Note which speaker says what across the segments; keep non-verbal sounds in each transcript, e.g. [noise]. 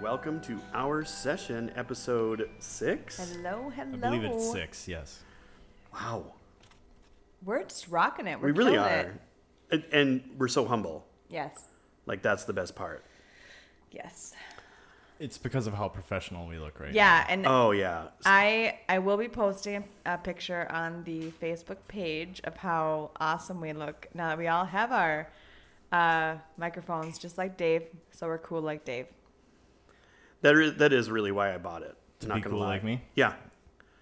Speaker 1: welcome to our session, episode six.
Speaker 2: Hello, hello.
Speaker 3: I believe it's six. Yes.
Speaker 1: Wow,
Speaker 2: We're just rocking it. We're
Speaker 1: we really
Speaker 2: killing
Speaker 1: are,
Speaker 2: It.
Speaker 1: and, and we're so humble.
Speaker 2: Yes.
Speaker 1: Like that's the best part.
Speaker 2: Yes.
Speaker 3: It's because of how professional we look right
Speaker 2: Yeah, and
Speaker 1: Oh yeah,
Speaker 2: I I will be posting a picture on the Facebook page of how awesome we look now that we all have our uh, microphones, just like Dave. So we're cool like Dave.
Speaker 1: that is, that is really why I bought it.
Speaker 3: To
Speaker 1: not
Speaker 3: be
Speaker 1: gonna
Speaker 3: cool
Speaker 1: lie.
Speaker 3: like me?
Speaker 1: Yeah,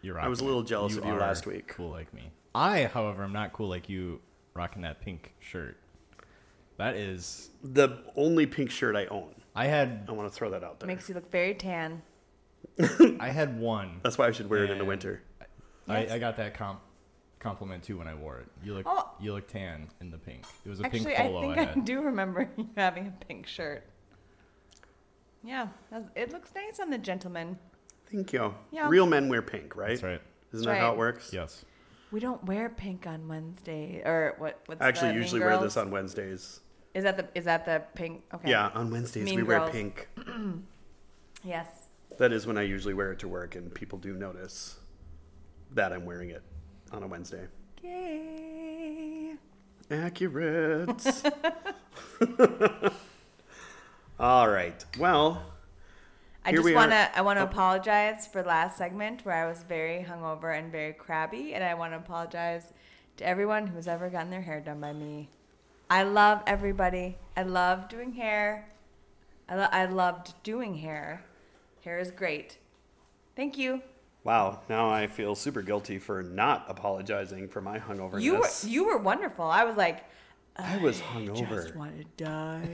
Speaker 3: You're
Speaker 1: I was a
Speaker 3: rocking
Speaker 1: little
Speaker 3: it.
Speaker 1: jealous of you
Speaker 3: are
Speaker 1: last week.
Speaker 3: Cool like me. I, however, am not cool like you rocking that pink shirt. That is.
Speaker 1: the only pink shirt I own.
Speaker 3: I had
Speaker 1: I want to throw that out there.
Speaker 2: Makes you look very tan.
Speaker 3: I had one.
Speaker 1: that's why I should wear it in the
Speaker 3: And-
Speaker 1: winter.
Speaker 2: Yes.
Speaker 3: I, I got that comp compliment too when I wore it. You look
Speaker 2: Oh.
Speaker 3: you look tan in the pink. It was a
Speaker 2: Actually,
Speaker 3: pink
Speaker 2: I
Speaker 3: polo
Speaker 2: think
Speaker 3: I
Speaker 2: I [laughs]
Speaker 3: had.
Speaker 2: do remember you having a pink shirt. Yeah, that's- it looks nice on the gentleman.
Speaker 1: Thank you.
Speaker 2: Yeah.
Speaker 1: Real men wear pink, right?
Speaker 3: That's right.
Speaker 1: Isn't
Speaker 2: That's
Speaker 1: that how
Speaker 2: right.
Speaker 1: it works?
Speaker 3: Yes.
Speaker 2: We don't wear pink on Wednesday, or what? What's
Speaker 1: I actually
Speaker 2: the Mean
Speaker 1: usually wear
Speaker 2: Girls?
Speaker 1: this on Wednesdays.
Speaker 2: Is that the is that the pink? Okay.
Speaker 1: Yeah, on Wednesdays
Speaker 2: Mean
Speaker 1: we wear
Speaker 2: Girls.
Speaker 1: pink.
Speaker 2: Yes.
Speaker 1: That is when I usually wear it to work, and people do notice that I'm wearing it on a Wednesday.
Speaker 2: Yay.
Speaker 1: Accurate. [laughs] All right. Well,
Speaker 2: I
Speaker 1: Here
Speaker 2: just
Speaker 1: we
Speaker 2: want to
Speaker 1: are.
Speaker 2: I want to
Speaker 1: Oh.
Speaker 2: apologize for last segment where I was very hungover and very crabby and I want to apologize to everyone who's ever gotten their hair done by me. I love everybody. I love doing hair. I, lo- I loved doing hair. Hair is great. Thank you.
Speaker 1: wow. Now I feel super guilty for not apologizing for my hungoverness.
Speaker 2: You were you were wonderful. I was like
Speaker 1: I was
Speaker 2: I just
Speaker 1: hungover.
Speaker 2: want to die.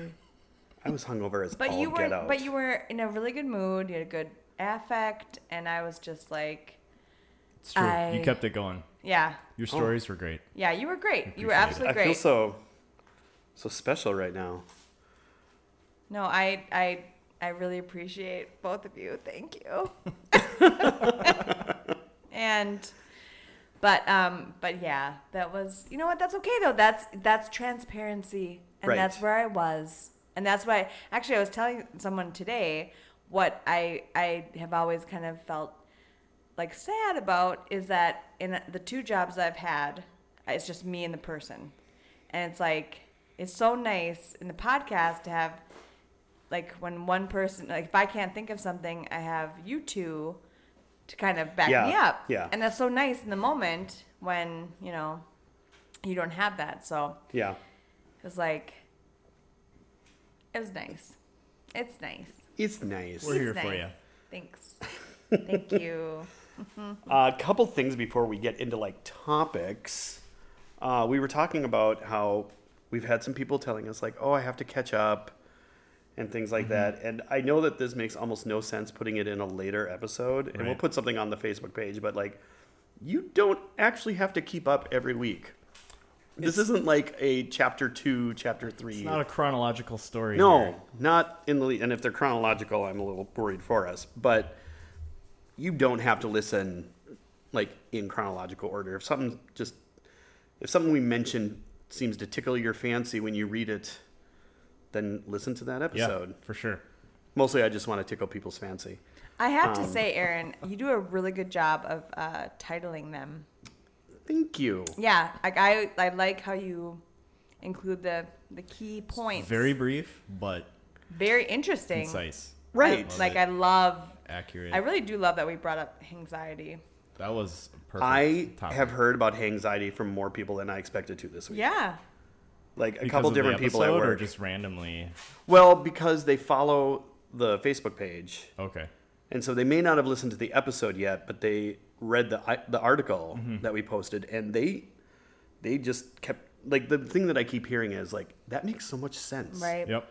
Speaker 1: I was hungover as
Speaker 2: But
Speaker 1: all
Speaker 2: you
Speaker 1: get
Speaker 2: were,
Speaker 1: out.
Speaker 2: but you were in a really good mood. You had a good affect, and I was just like,
Speaker 3: It's true.
Speaker 2: I-
Speaker 3: You kept it going.
Speaker 2: yeah,
Speaker 3: Your
Speaker 1: Oh.
Speaker 3: stories were great.
Speaker 2: yeah, you were great. You were
Speaker 3: appreciate it.
Speaker 1: I
Speaker 2: absolutely great.
Speaker 1: feel so so special right now.
Speaker 2: no, I, I, I really appreciate both of you. Thank you. and, but, um, but yeah, that was. You know what? That's okay though. That's that's transparency, and
Speaker 1: Right.
Speaker 2: that's where I was, and that's why. Actually, I was telling someone today what I I have always kind of felt like sad about is that in the two jobs I've had, it's just me and the person. And it's like it's so nice in the podcast to have like when one person like if I can't think of something, I have you two to kind of back me
Speaker 1: Yeah,
Speaker 2: up.
Speaker 1: yeah.
Speaker 2: And that's so nice in the moment when, you know, you don't have that. So
Speaker 1: Yeah.
Speaker 2: it was like it was nice. It's nice.
Speaker 1: It's nice.
Speaker 3: We're
Speaker 2: It's
Speaker 3: here for
Speaker 2: nice.
Speaker 3: ya. [laughs]
Speaker 2: Thanks. Thank you.
Speaker 1: Uh, A couple things before we get into like topics. Uh, we were talking about how we've had some people telling us like, "Oh, I have to catch up," and things
Speaker 3: Mm-hmm.
Speaker 1: like that. And I know that this makes almost no sense putting it in a later episode, and we'll
Speaker 3: Right.
Speaker 1: put something on the Facebook page. But like, you don't actually have to keep up every week. This isn't like a chapter two, chapter three.
Speaker 3: It's not a chronological story. here.
Speaker 1: No, not in the lead. And if they're chronological, I'm a little worried for us. But you don't have to listen like in chronological order. If something just, if something we mentioned seems to tickle your fancy when you read it, then listen to that
Speaker 3: Yeah,
Speaker 1: episode.
Speaker 3: for sure.
Speaker 1: Mostly, I just want to tickle people's fancy.
Speaker 2: I have
Speaker 1: Um,
Speaker 2: to say, Aaron, you do a really good job of uh, titling them.
Speaker 1: Thank you.
Speaker 2: Yeah, like I, I like how you include the the key points.
Speaker 3: Very brief, but
Speaker 2: very interesting.
Speaker 3: concise,
Speaker 1: Right.
Speaker 2: Like I love.
Speaker 3: accurate.
Speaker 2: I really do love that we brought up anxiety.
Speaker 3: that was a perfect.
Speaker 1: I
Speaker 3: topic.
Speaker 1: have heard about anxiety from more people than I expected to this week.
Speaker 2: Yeah.
Speaker 1: Like a
Speaker 3: Because
Speaker 1: couple
Speaker 3: of the
Speaker 1: different people at
Speaker 3: episode or
Speaker 1: work.
Speaker 3: just randomly.
Speaker 1: Well, because they follow the Facebook page.
Speaker 3: Okay.
Speaker 1: And so they may not have listened to the episode yet, but they read the I- the article
Speaker 3: Mm-hmm.
Speaker 1: that we posted, and they they just kept like the thing that I keep hearing is like that makes so much sense,
Speaker 2: Right.
Speaker 3: Yep.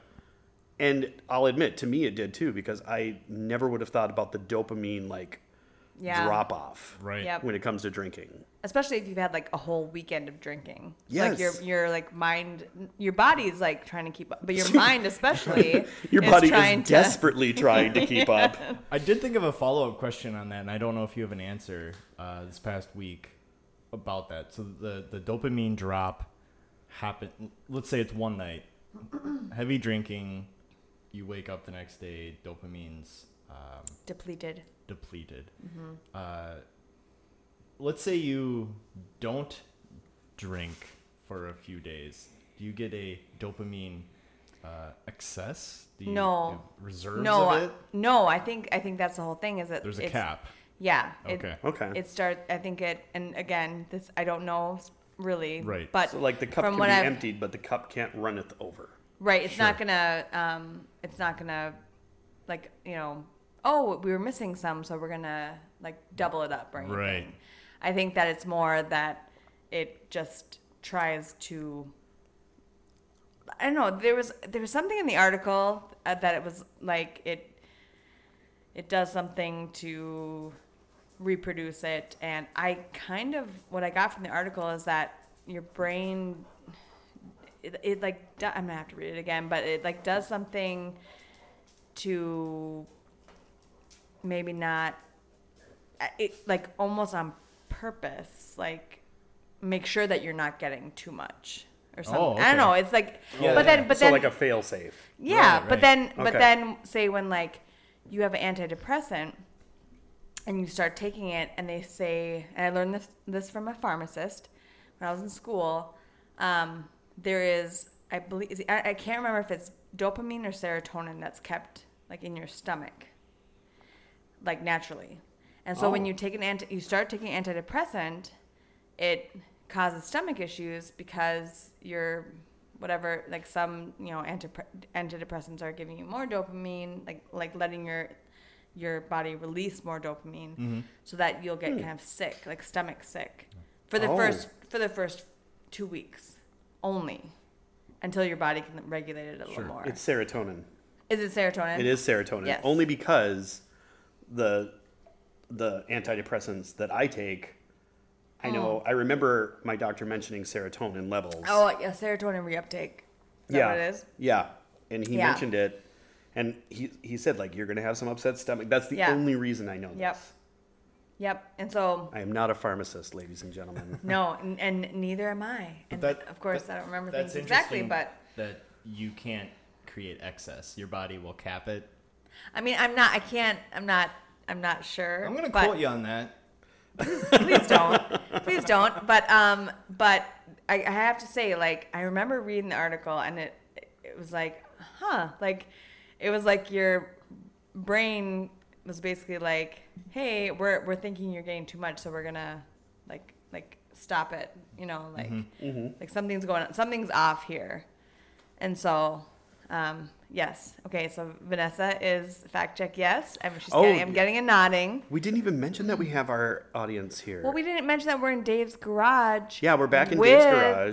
Speaker 1: And I'll admit to me it did too because I never would have thought about the dopamine like
Speaker 2: Yeah.
Speaker 1: drop off
Speaker 3: Right.
Speaker 2: Yep.
Speaker 1: when it comes to drinking.
Speaker 2: Especially if you've had like a whole weekend of drinking. It's Like your
Speaker 1: Yes.
Speaker 2: your like mind, your body's like trying to keep up,
Speaker 1: [laughs]
Speaker 2: but your mind especially.
Speaker 1: Your
Speaker 2: is
Speaker 1: body
Speaker 2: trying
Speaker 1: is
Speaker 2: to- [laughs]
Speaker 1: desperately trying to keep up.
Speaker 3: I did think of a follow up question on that, and I don't know if you have an answer uh, this past week about that. So the the dopamine [clears throat] drop happened. Let's say it's one night, heavy drinking. you wake up the next day, dopamine's um,
Speaker 2: Depleted.
Speaker 3: depleted.
Speaker 2: Mm-hmm.
Speaker 3: Uh, let's say you don't drink for a few days. Do you get a dopamine uh, excess? Do you
Speaker 2: No.
Speaker 3: have reserves
Speaker 2: no,
Speaker 3: of
Speaker 2: I-
Speaker 3: it?
Speaker 2: no. I think I think that's the whole thing. Is that
Speaker 3: There's a
Speaker 2: it's-
Speaker 3: cap.
Speaker 2: Yeah. it-
Speaker 3: Okay.
Speaker 1: Okay.
Speaker 2: It starts. I think it. And again, this I don't know s- really.
Speaker 3: Right.
Speaker 2: But
Speaker 1: so like the cup can
Speaker 2: from
Speaker 1: be
Speaker 2: what I've-
Speaker 1: emptied, but the cup can't runneth over.
Speaker 2: Right. It's not
Speaker 3: Sure.
Speaker 2: gonna. Um, it's not gonna, like you know. Oh, we were missing some, so we're gonna like double it up or anything.
Speaker 3: Right.
Speaker 2: I think that it's more that it just tries to. I don't know. There was there was something in the article uh, that it was like it. It does something to reproduce it, and I kind of what I got from the article is that your brain it, it like do, I'm gonna have to read it again, but it like does something to maybe not I- it like almost on purpose, like make sure that you're not getting too much or something. I
Speaker 3: Oh, okay.
Speaker 2: don't know. It's like,
Speaker 3: Yeah,
Speaker 2: but
Speaker 3: yeah.
Speaker 2: then, but
Speaker 1: so
Speaker 2: then,
Speaker 1: like a fail safe.
Speaker 2: yeah,
Speaker 3: Right,
Speaker 2: but
Speaker 3: right.
Speaker 2: then but
Speaker 1: Okay.
Speaker 2: then say when like you have an antidepressant and you start taking it and they say and I learned this this from a pharmacist when I was in school. Um, there is I believe is it- I, I can't remember if it's dopamine or serotonin that's kept like in your stomach, like naturally. And so when
Speaker 1: Oh.
Speaker 2: you take an anti, you start taking antidepressant, it causes stomach issues because your whatever like some you know antipre- antidepressants are giving you more dopamine like like letting your your body release more dopamine
Speaker 3: Mm-hmm.
Speaker 2: so that you'll get kind of sick like stomach sick for the
Speaker 1: Hmm. Oh.
Speaker 2: first for the first two weeks only until your body can regulate it a
Speaker 3: Sure.
Speaker 2: little more
Speaker 1: It's serotonin.
Speaker 2: is it serotonin
Speaker 1: It is serotonin.
Speaker 2: Yes.
Speaker 1: Only because the the antidepressants that I take, I know I remember my doctor mentioning serotonin levels.
Speaker 2: oh yeah serotonin reuptake is that
Speaker 1: yeah.
Speaker 2: what it is
Speaker 1: Yeah. And he
Speaker 2: Yeah.
Speaker 1: mentioned it and he he said like you're gonna have some upset stomach. That's the
Speaker 2: Yeah.
Speaker 1: only reason I know
Speaker 2: Yep.
Speaker 1: this.
Speaker 2: yep and so
Speaker 1: I am not a pharmacist, ladies and gentlemen. [laughs]
Speaker 2: no and, and neither am i and
Speaker 3: that-
Speaker 2: of course
Speaker 3: that-
Speaker 2: i don't remember
Speaker 3: that's
Speaker 2: things exactly
Speaker 3: interesting
Speaker 2: but
Speaker 3: that you can't create excess. Your body will cap it.
Speaker 2: I mean, I'm not. I can't. I'm not. I'm not sure.
Speaker 3: I'm gonna
Speaker 2: but
Speaker 3: quote you on that.
Speaker 2: Please don't. please don't. But um. But I, I have to say, like, I remember reading the article, and it it was like, huh, like, it was like your brain was basically like, hey, we're we're thinking you're getting too much, so we're gonna like like stop it, you know, like like something's going on, something's off here, and so. Um, yes. Okay. So Vanessa is fact check. Yes. I'm, she's
Speaker 1: Oh,
Speaker 2: getting, I'm
Speaker 1: yeah.
Speaker 2: getting a nodding.
Speaker 1: we didn't even mention that we have our audience here.
Speaker 2: Well, we didn't mention that we're in Dave's garage.
Speaker 1: Yeah, we're back in
Speaker 2: with
Speaker 1: Dave's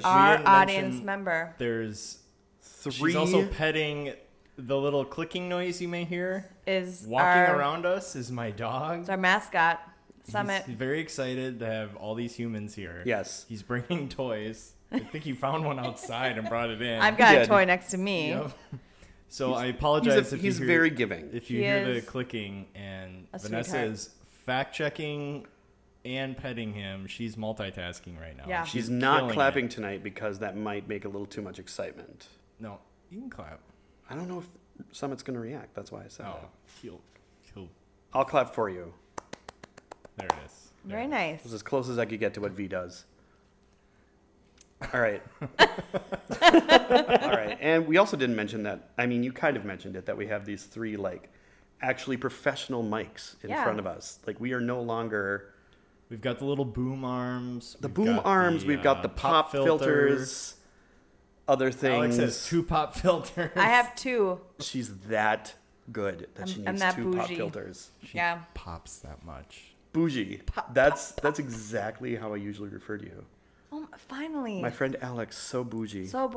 Speaker 1: garage. We
Speaker 2: Our
Speaker 3: didn't
Speaker 2: audience
Speaker 3: mention-
Speaker 2: member.
Speaker 3: There's
Speaker 1: Three
Speaker 3: She's also petting the little clicking noise you may hear.
Speaker 2: Is
Speaker 3: Walking
Speaker 2: our-
Speaker 3: around us is my dog.
Speaker 2: It's our mascot, Summit.
Speaker 3: He's very excited to have all these humans here.
Speaker 1: Yes.
Speaker 3: He's bringing [laughs] toys. I think he found one outside and brought it in.
Speaker 2: I've got a
Speaker 1: dead.
Speaker 2: toy next to me.
Speaker 3: Yep. So I
Speaker 1: He's,
Speaker 3: apologize
Speaker 1: a-
Speaker 3: if
Speaker 1: he's
Speaker 3: you hear,
Speaker 1: very giving.
Speaker 3: if you
Speaker 2: He
Speaker 3: hear the
Speaker 2: is
Speaker 3: clicking and
Speaker 2: a
Speaker 3: Vanessa
Speaker 2: sweetheart.
Speaker 3: is fact checking and petting him. She's multitasking right now.
Speaker 2: Yeah.
Speaker 1: She's
Speaker 3: She's
Speaker 1: not
Speaker 3: killing
Speaker 1: clapping
Speaker 3: it.
Speaker 1: tonight because that might make a little too much excitement.
Speaker 3: No, you can clap.
Speaker 1: I don't know if Summit's going to react. That's why I said
Speaker 3: Oh,
Speaker 1: that.
Speaker 3: he'll, he'll.
Speaker 1: I'll clap for you.
Speaker 3: There it is. There
Speaker 2: Very
Speaker 3: it is.
Speaker 1: It
Speaker 2: nice.
Speaker 1: was as close as I could get to what V does. All right. All right. And we also didn't mention that. I mean, you kind of mentioned it that we have these three, like, actually professional mics in
Speaker 2: Yeah.
Speaker 1: front of us. Like, we are no longer
Speaker 3: We've got the little boom arms.
Speaker 1: the
Speaker 3: we've
Speaker 1: boom
Speaker 3: got
Speaker 1: arms, we've got
Speaker 3: uh,
Speaker 1: the pop, filters, other
Speaker 3: Alex
Speaker 1: things.
Speaker 3: has two pop [laughs] filters.
Speaker 2: I have two.
Speaker 1: She's that good that
Speaker 2: I'm-
Speaker 1: she
Speaker 2: I'm
Speaker 1: needs
Speaker 2: that
Speaker 1: two pop
Speaker 2: bougie.
Speaker 1: filters.
Speaker 3: She
Speaker 2: Yeah.
Speaker 3: pops that much.
Speaker 1: Bougie. that's that's exactly how I usually refer to you.
Speaker 2: Oh, finally.
Speaker 1: My friend Alex, so bougie, so,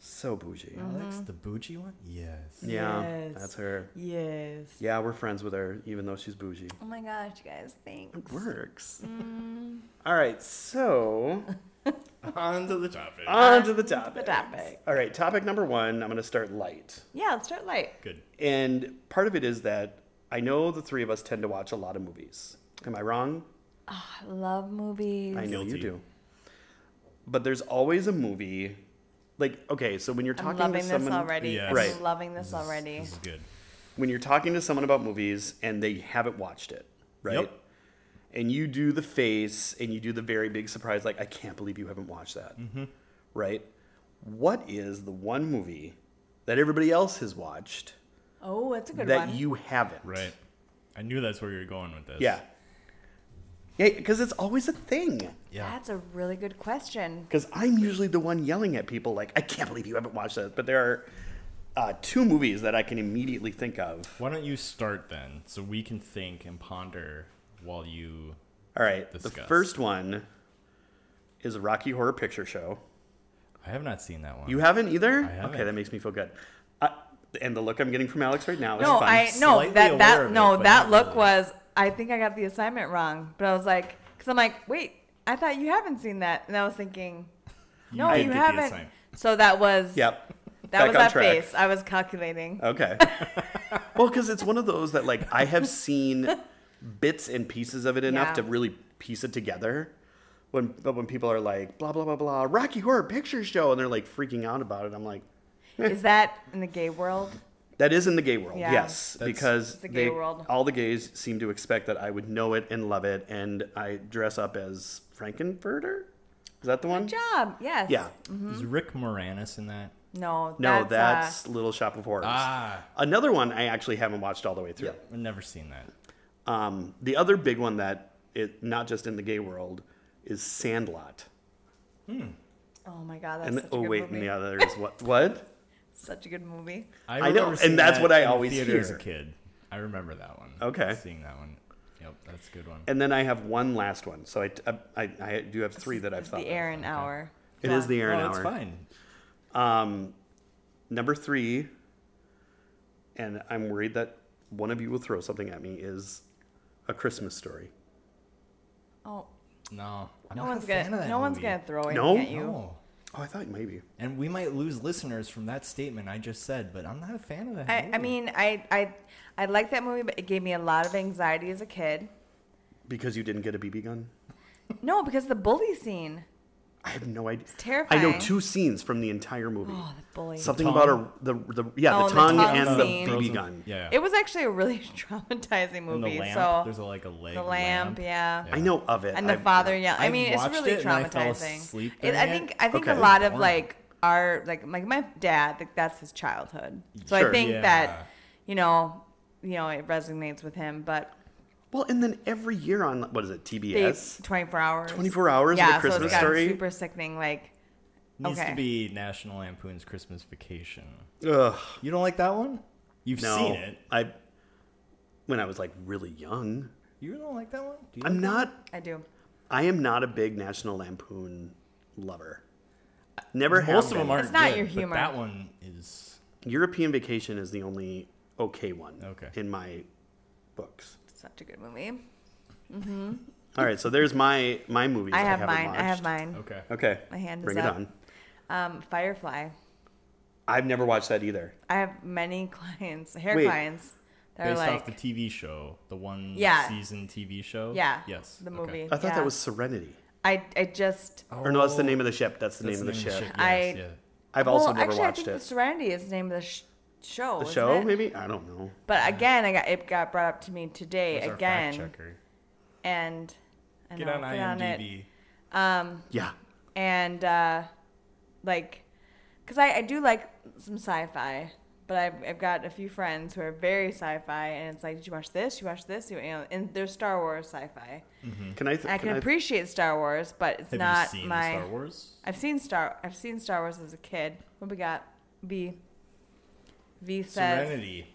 Speaker 2: so bougie.
Speaker 1: bougie.
Speaker 3: Alex, the bougie one? Yes.
Speaker 1: Yeah,
Speaker 2: Yes.
Speaker 1: that's her.
Speaker 2: Yes.
Speaker 1: Yeah, we're friends with her, even though she's bougie.
Speaker 2: Oh my gosh, you guys. Thanks.
Speaker 1: It works.
Speaker 2: Mm.
Speaker 1: All right,
Speaker 2: [laughs]
Speaker 1: so
Speaker 3: [laughs] On to the topic.
Speaker 1: on to the topic.
Speaker 2: The topic.
Speaker 1: All right, topic number one. I'm going to start light,
Speaker 2: Yeah, let's start light.
Speaker 3: Good.
Speaker 1: and part of it is that I know the three of us tend to watch a lot of movies. Am I wrong?
Speaker 2: I love movies.
Speaker 1: I know you
Speaker 3: Guilty.
Speaker 1: do. But there's always a movie like okay, so when you're
Speaker 2: I'm
Speaker 1: talking
Speaker 2: loving
Speaker 1: to
Speaker 2: this
Speaker 1: someone
Speaker 2: already.
Speaker 3: Yes.
Speaker 2: I'm
Speaker 1: Right.
Speaker 2: loving
Speaker 3: This
Speaker 2: this
Speaker 3: is-
Speaker 2: already.
Speaker 3: This is good.
Speaker 1: when you're talking to someone about movies and they haven't watched it, right?
Speaker 3: Yep.
Speaker 1: And you do the face and you do the very big surprise, like, I can't believe you haven't watched that,
Speaker 3: Mm-hmm.
Speaker 1: right? What is the one movie that everybody else has watched
Speaker 2: Oh, that's a good
Speaker 1: that
Speaker 2: one.
Speaker 1: you haven't?
Speaker 3: Right. I knew that's where you were going with this.
Speaker 1: Yeah. Yeah, because it's always a thing.
Speaker 3: Yeah.
Speaker 2: That's a really good question.
Speaker 1: Because I'm usually the one yelling at people, like, I can't believe you haven't watched that. But there are uh, two movies that I can immediately think of.
Speaker 3: Why don't you start then so we can think and ponder while you.
Speaker 1: All right. The
Speaker 3: Discuss.
Speaker 1: first one is Rocky Horror Picture Show.
Speaker 3: I have not seen that one.
Speaker 1: You haven't either? Okay,
Speaker 3: haven't.
Speaker 1: that makes me feel good. I, and the look I'm getting from Alex right now is
Speaker 2: No,
Speaker 1: fun.
Speaker 2: I no
Speaker 3: slightly
Speaker 2: that
Speaker 3: aware
Speaker 2: that
Speaker 3: of
Speaker 2: no
Speaker 3: it, but
Speaker 2: that
Speaker 3: not
Speaker 2: look
Speaker 3: really.
Speaker 2: was. I think I got the assignment wrong, but I was like, because I'm like, wait, I thought you haven't seen that, and I was thinking, no,
Speaker 3: did
Speaker 2: you
Speaker 3: get the
Speaker 2: haven't.
Speaker 3: assignment.
Speaker 2: So that was
Speaker 1: Yep.
Speaker 2: that was that face. I was calculating. [laughs]
Speaker 1: Okay. well, because it's one of those that like I have seen bits and pieces of it enough
Speaker 2: Yeah.
Speaker 1: to really piece it together. When but when people are like blah blah blah blah Rocky Horror Picture Show and they're like freaking out about it, I'm like
Speaker 3: Uh, [laughs]
Speaker 2: Is that in the gay world?
Speaker 1: that is in the gay world,
Speaker 2: Yeah.
Speaker 1: yes,
Speaker 3: That's-
Speaker 1: because
Speaker 2: It's the gay
Speaker 1: they-
Speaker 2: world.
Speaker 1: all the gays seem to expect that I would know it and love it, and I dress up as Frankenfurter. Is that the one?
Speaker 2: Good job. Yes.
Speaker 1: Yeah.
Speaker 2: Mm-hmm.
Speaker 3: Is Rick Moranis in that?
Speaker 2: No.
Speaker 1: No,
Speaker 2: uh,
Speaker 1: that's Little Shop of Horrors.
Speaker 3: Ah,
Speaker 1: Another one I actually haven't watched all the way through.
Speaker 3: I've never seen that.
Speaker 1: Um, the other big one that it not just in the gay world is Sandlot.
Speaker 2: oh my god, that's
Speaker 1: and
Speaker 2: such a
Speaker 1: oh
Speaker 2: good
Speaker 1: wait,
Speaker 2: movie.
Speaker 1: and the other is
Speaker 2: [laughs]
Speaker 1: what? What?
Speaker 2: Such a good movie.
Speaker 1: I know,
Speaker 3: remember
Speaker 1: and
Speaker 3: seeing
Speaker 1: that's
Speaker 3: that
Speaker 1: what I
Speaker 3: in the
Speaker 1: always
Speaker 3: theater as a
Speaker 1: hear.
Speaker 3: kid. I remember that one.
Speaker 1: Okay.
Speaker 3: Seeing that one. Yep, that's a good one.
Speaker 1: And then I have one last one. So I I, I do have three that I've thought.
Speaker 2: The
Speaker 1: of.
Speaker 2: Aaron Hour.
Speaker 1: It is the
Speaker 3: Oh,
Speaker 1: Aaron
Speaker 3: it's
Speaker 1: hour.
Speaker 3: fine.
Speaker 1: Um, number three, and I'm worried that one of you will throw something at me is a Christmas story.
Speaker 2: Oh,
Speaker 3: No, I'm
Speaker 2: no
Speaker 3: not
Speaker 2: one's
Speaker 3: a fan of
Speaker 2: gonna
Speaker 3: that
Speaker 2: no one's
Speaker 3: movie.
Speaker 2: gonna throw it
Speaker 1: No?
Speaker 2: at you.
Speaker 3: No.
Speaker 1: Oh, I thought maybe.
Speaker 3: And we might lose listeners from that statement I just said, but I'm not a fan of that.
Speaker 2: I, I
Speaker 3: movie.
Speaker 2: mean, I, I, I like that movie, but it gave me a lot of anxiety as a kid.
Speaker 1: Because you didn't get a BB gun?
Speaker 2: No, because the bully scene.
Speaker 1: I have no idea.
Speaker 2: terrifying.
Speaker 1: I know two scenes from the entire movie.
Speaker 2: Oh, the bully.
Speaker 1: Something
Speaker 3: tongue?
Speaker 1: about a the the yeah
Speaker 2: Oh,
Speaker 1: the
Speaker 2: the
Speaker 1: tongue
Speaker 2: tongue
Speaker 1: and
Speaker 2: scene.
Speaker 1: the
Speaker 3: Throws
Speaker 1: BB
Speaker 3: them-
Speaker 1: gun.
Speaker 3: Yeah.
Speaker 2: It was actually a really [laughs] traumatizing
Speaker 3: and the
Speaker 2: movie.
Speaker 3: lamp.
Speaker 2: so
Speaker 3: there's a, like a leg.
Speaker 2: the lamp, yeah.
Speaker 1: I know of it.
Speaker 2: And the
Speaker 1: I've-
Speaker 2: father yeah. I
Speaker 3: I've
Speaker 2: mean, it's
Speaker 3: watched
Speaker 2: really
Speaker 3: it and I fell
Speaker 2: traumatizing.
Speaker 3: asleep
Speaker 2: I
Speaker 3: during
Speaker 2: think
Speaker 3: it.
Speaker 2: I think
Speaker 1: Okay.
Speaker 2: a lot of
Speaker 3: Boring.
Speaker 2: like our like like my dad like that's his childhood. So
Speaker 1: Sure.
Speaker 2: I think
Speaker 3: Yeah.
Speaker 2: that you know you know it resonates with him. But
Speaker 1: [laughs] Well, and then every year on what is it
Speaker 2: they,
Speaker 1: TBS?
Speaker 2: 24 hours.
Speaker 1: 24 hours of
Speaker 2: Yeah.
Speaker 1: A
Speaker 2: so
Speaker 1: Christmas
Speaker 2: it's gotten
Speaker 1: Story?
Speaker 2: Super sickening. Like
Speaker 3: Needs
Speaker 2: Okay.
Speaker 3: to be National Lampoon's Christmas Vacation.
Speaker 1: Ugh,
Speaker 3: You don't like that one? You've
Speaker 1: no,
Speaker 3: seen it.
Speaker 1: I when I was like really young.
Speaker 3: You don't like that one? Do you
Speaker 1: I'm
Speaker 3: like that
Speaker 1: not.
Speaker 2: I do.
Speaker 1: I am not a big National Lampoon lover. Never
Speaker 3: one?
Speaker 1: have
Speaker 3: Most of
Speaker 1: been.
Speaker 3: them aren't.
Speaker 2: It's not
Speaker 3: good,
Speaker 2: your
Speaker 3: but
Speaker 2: humor.
Speaker 3: that one is.
Speaker 1: European Vacation is the only okay one.
Speaker 3: Okay.
Speaker 1: In my books.
Speaker 2: Such a good movie.
Speaker 1: All right, so there's my my movies.
Speaker 2: I have
Speaker 1: haven't
Speaker 2: mine. I have
Speaker 1: watched.
Speaker 2: mine.
Speaker 3: Okay.
Speaker 1: Okay.
Speaker 2: My hand is
Speaker 1: Bring it
Speaker 2: up.
Speaker 1: on.
Speaker 2: Um, Firefly.
Speaker 1: I've never watched that either.
Speaker 2: I have many [laughs] clients, hair
Speaker 1: Wait.
Speaker 2: clients. that are
Speaker 3: Based
Speaker 2: like,
Speaker 3: off the TV show, the one
Speaker 2: Yeah.
Speaker 3: season TV show.
Speaker 2: yeah,
Speaker 3: Yes.
Speaker 2: the
Speaker 3: okay.
Speaker 2: movie.
Speaker 1: I thought
Speaker 2: yeah.
Speaker 1: that was Serenity.
Speaker 2: I, I just.
Speaker 1: Or no, that's the
Speaker 3: Oh,
Speaker 1: name of the ship. That's the
Speaker 3: that's
Speaker 1: name of the ship.
Speaker 3: Yes,
Speaker 2: I-
Speaker 3: yeah.
Speaker 1: I've
Speaker 2: well,
Speaker 1: also never
Speaker 2: actually, I
Speaker 1: watched
Speaker 2: think
Speaker 1: it.
Speaker 2: The Serenity is the name of the sh- show.
Speaker 1: The
Speaker 2: isn't
Speaker 1: show,
Speaker 2: it?
Speaker 1: maybe? I don't know.
Speaker 2: But again, I got it got brought up to me today
Speaker 3: That's our fact
Speaker 2: again,
Speaker 3: checker.
Speaker 2: and I
Speaker 3: Get
Speaker 2: know,
Speaker 3: on
Speaker 2: get on it.
Speaker 3: IMDb.
Speaker 2: Um,
Speaker 1: Yeah.
Speaker 2: and uh, like, cause I, I do like some sci-fi, but I've I've got a few friends who are very sci-fi, and it's like, did you watch this? You watch this? You, know, and they're Star Wars sci-fi.
Speaker 3: Hmm.
Speaker 1: Can I? Th-
Speaker 2: I can appreciate Star Wars, but it's
Speaker 3: Have
Speaker 2: not
Speaker 3: you seen
Speaker 2: my.
Speaker 3: Star Wars?
Speaker 2: I've seen Star. I've seen Star Wars as a kid. What we got? V. V says
Speaker 3: Serenity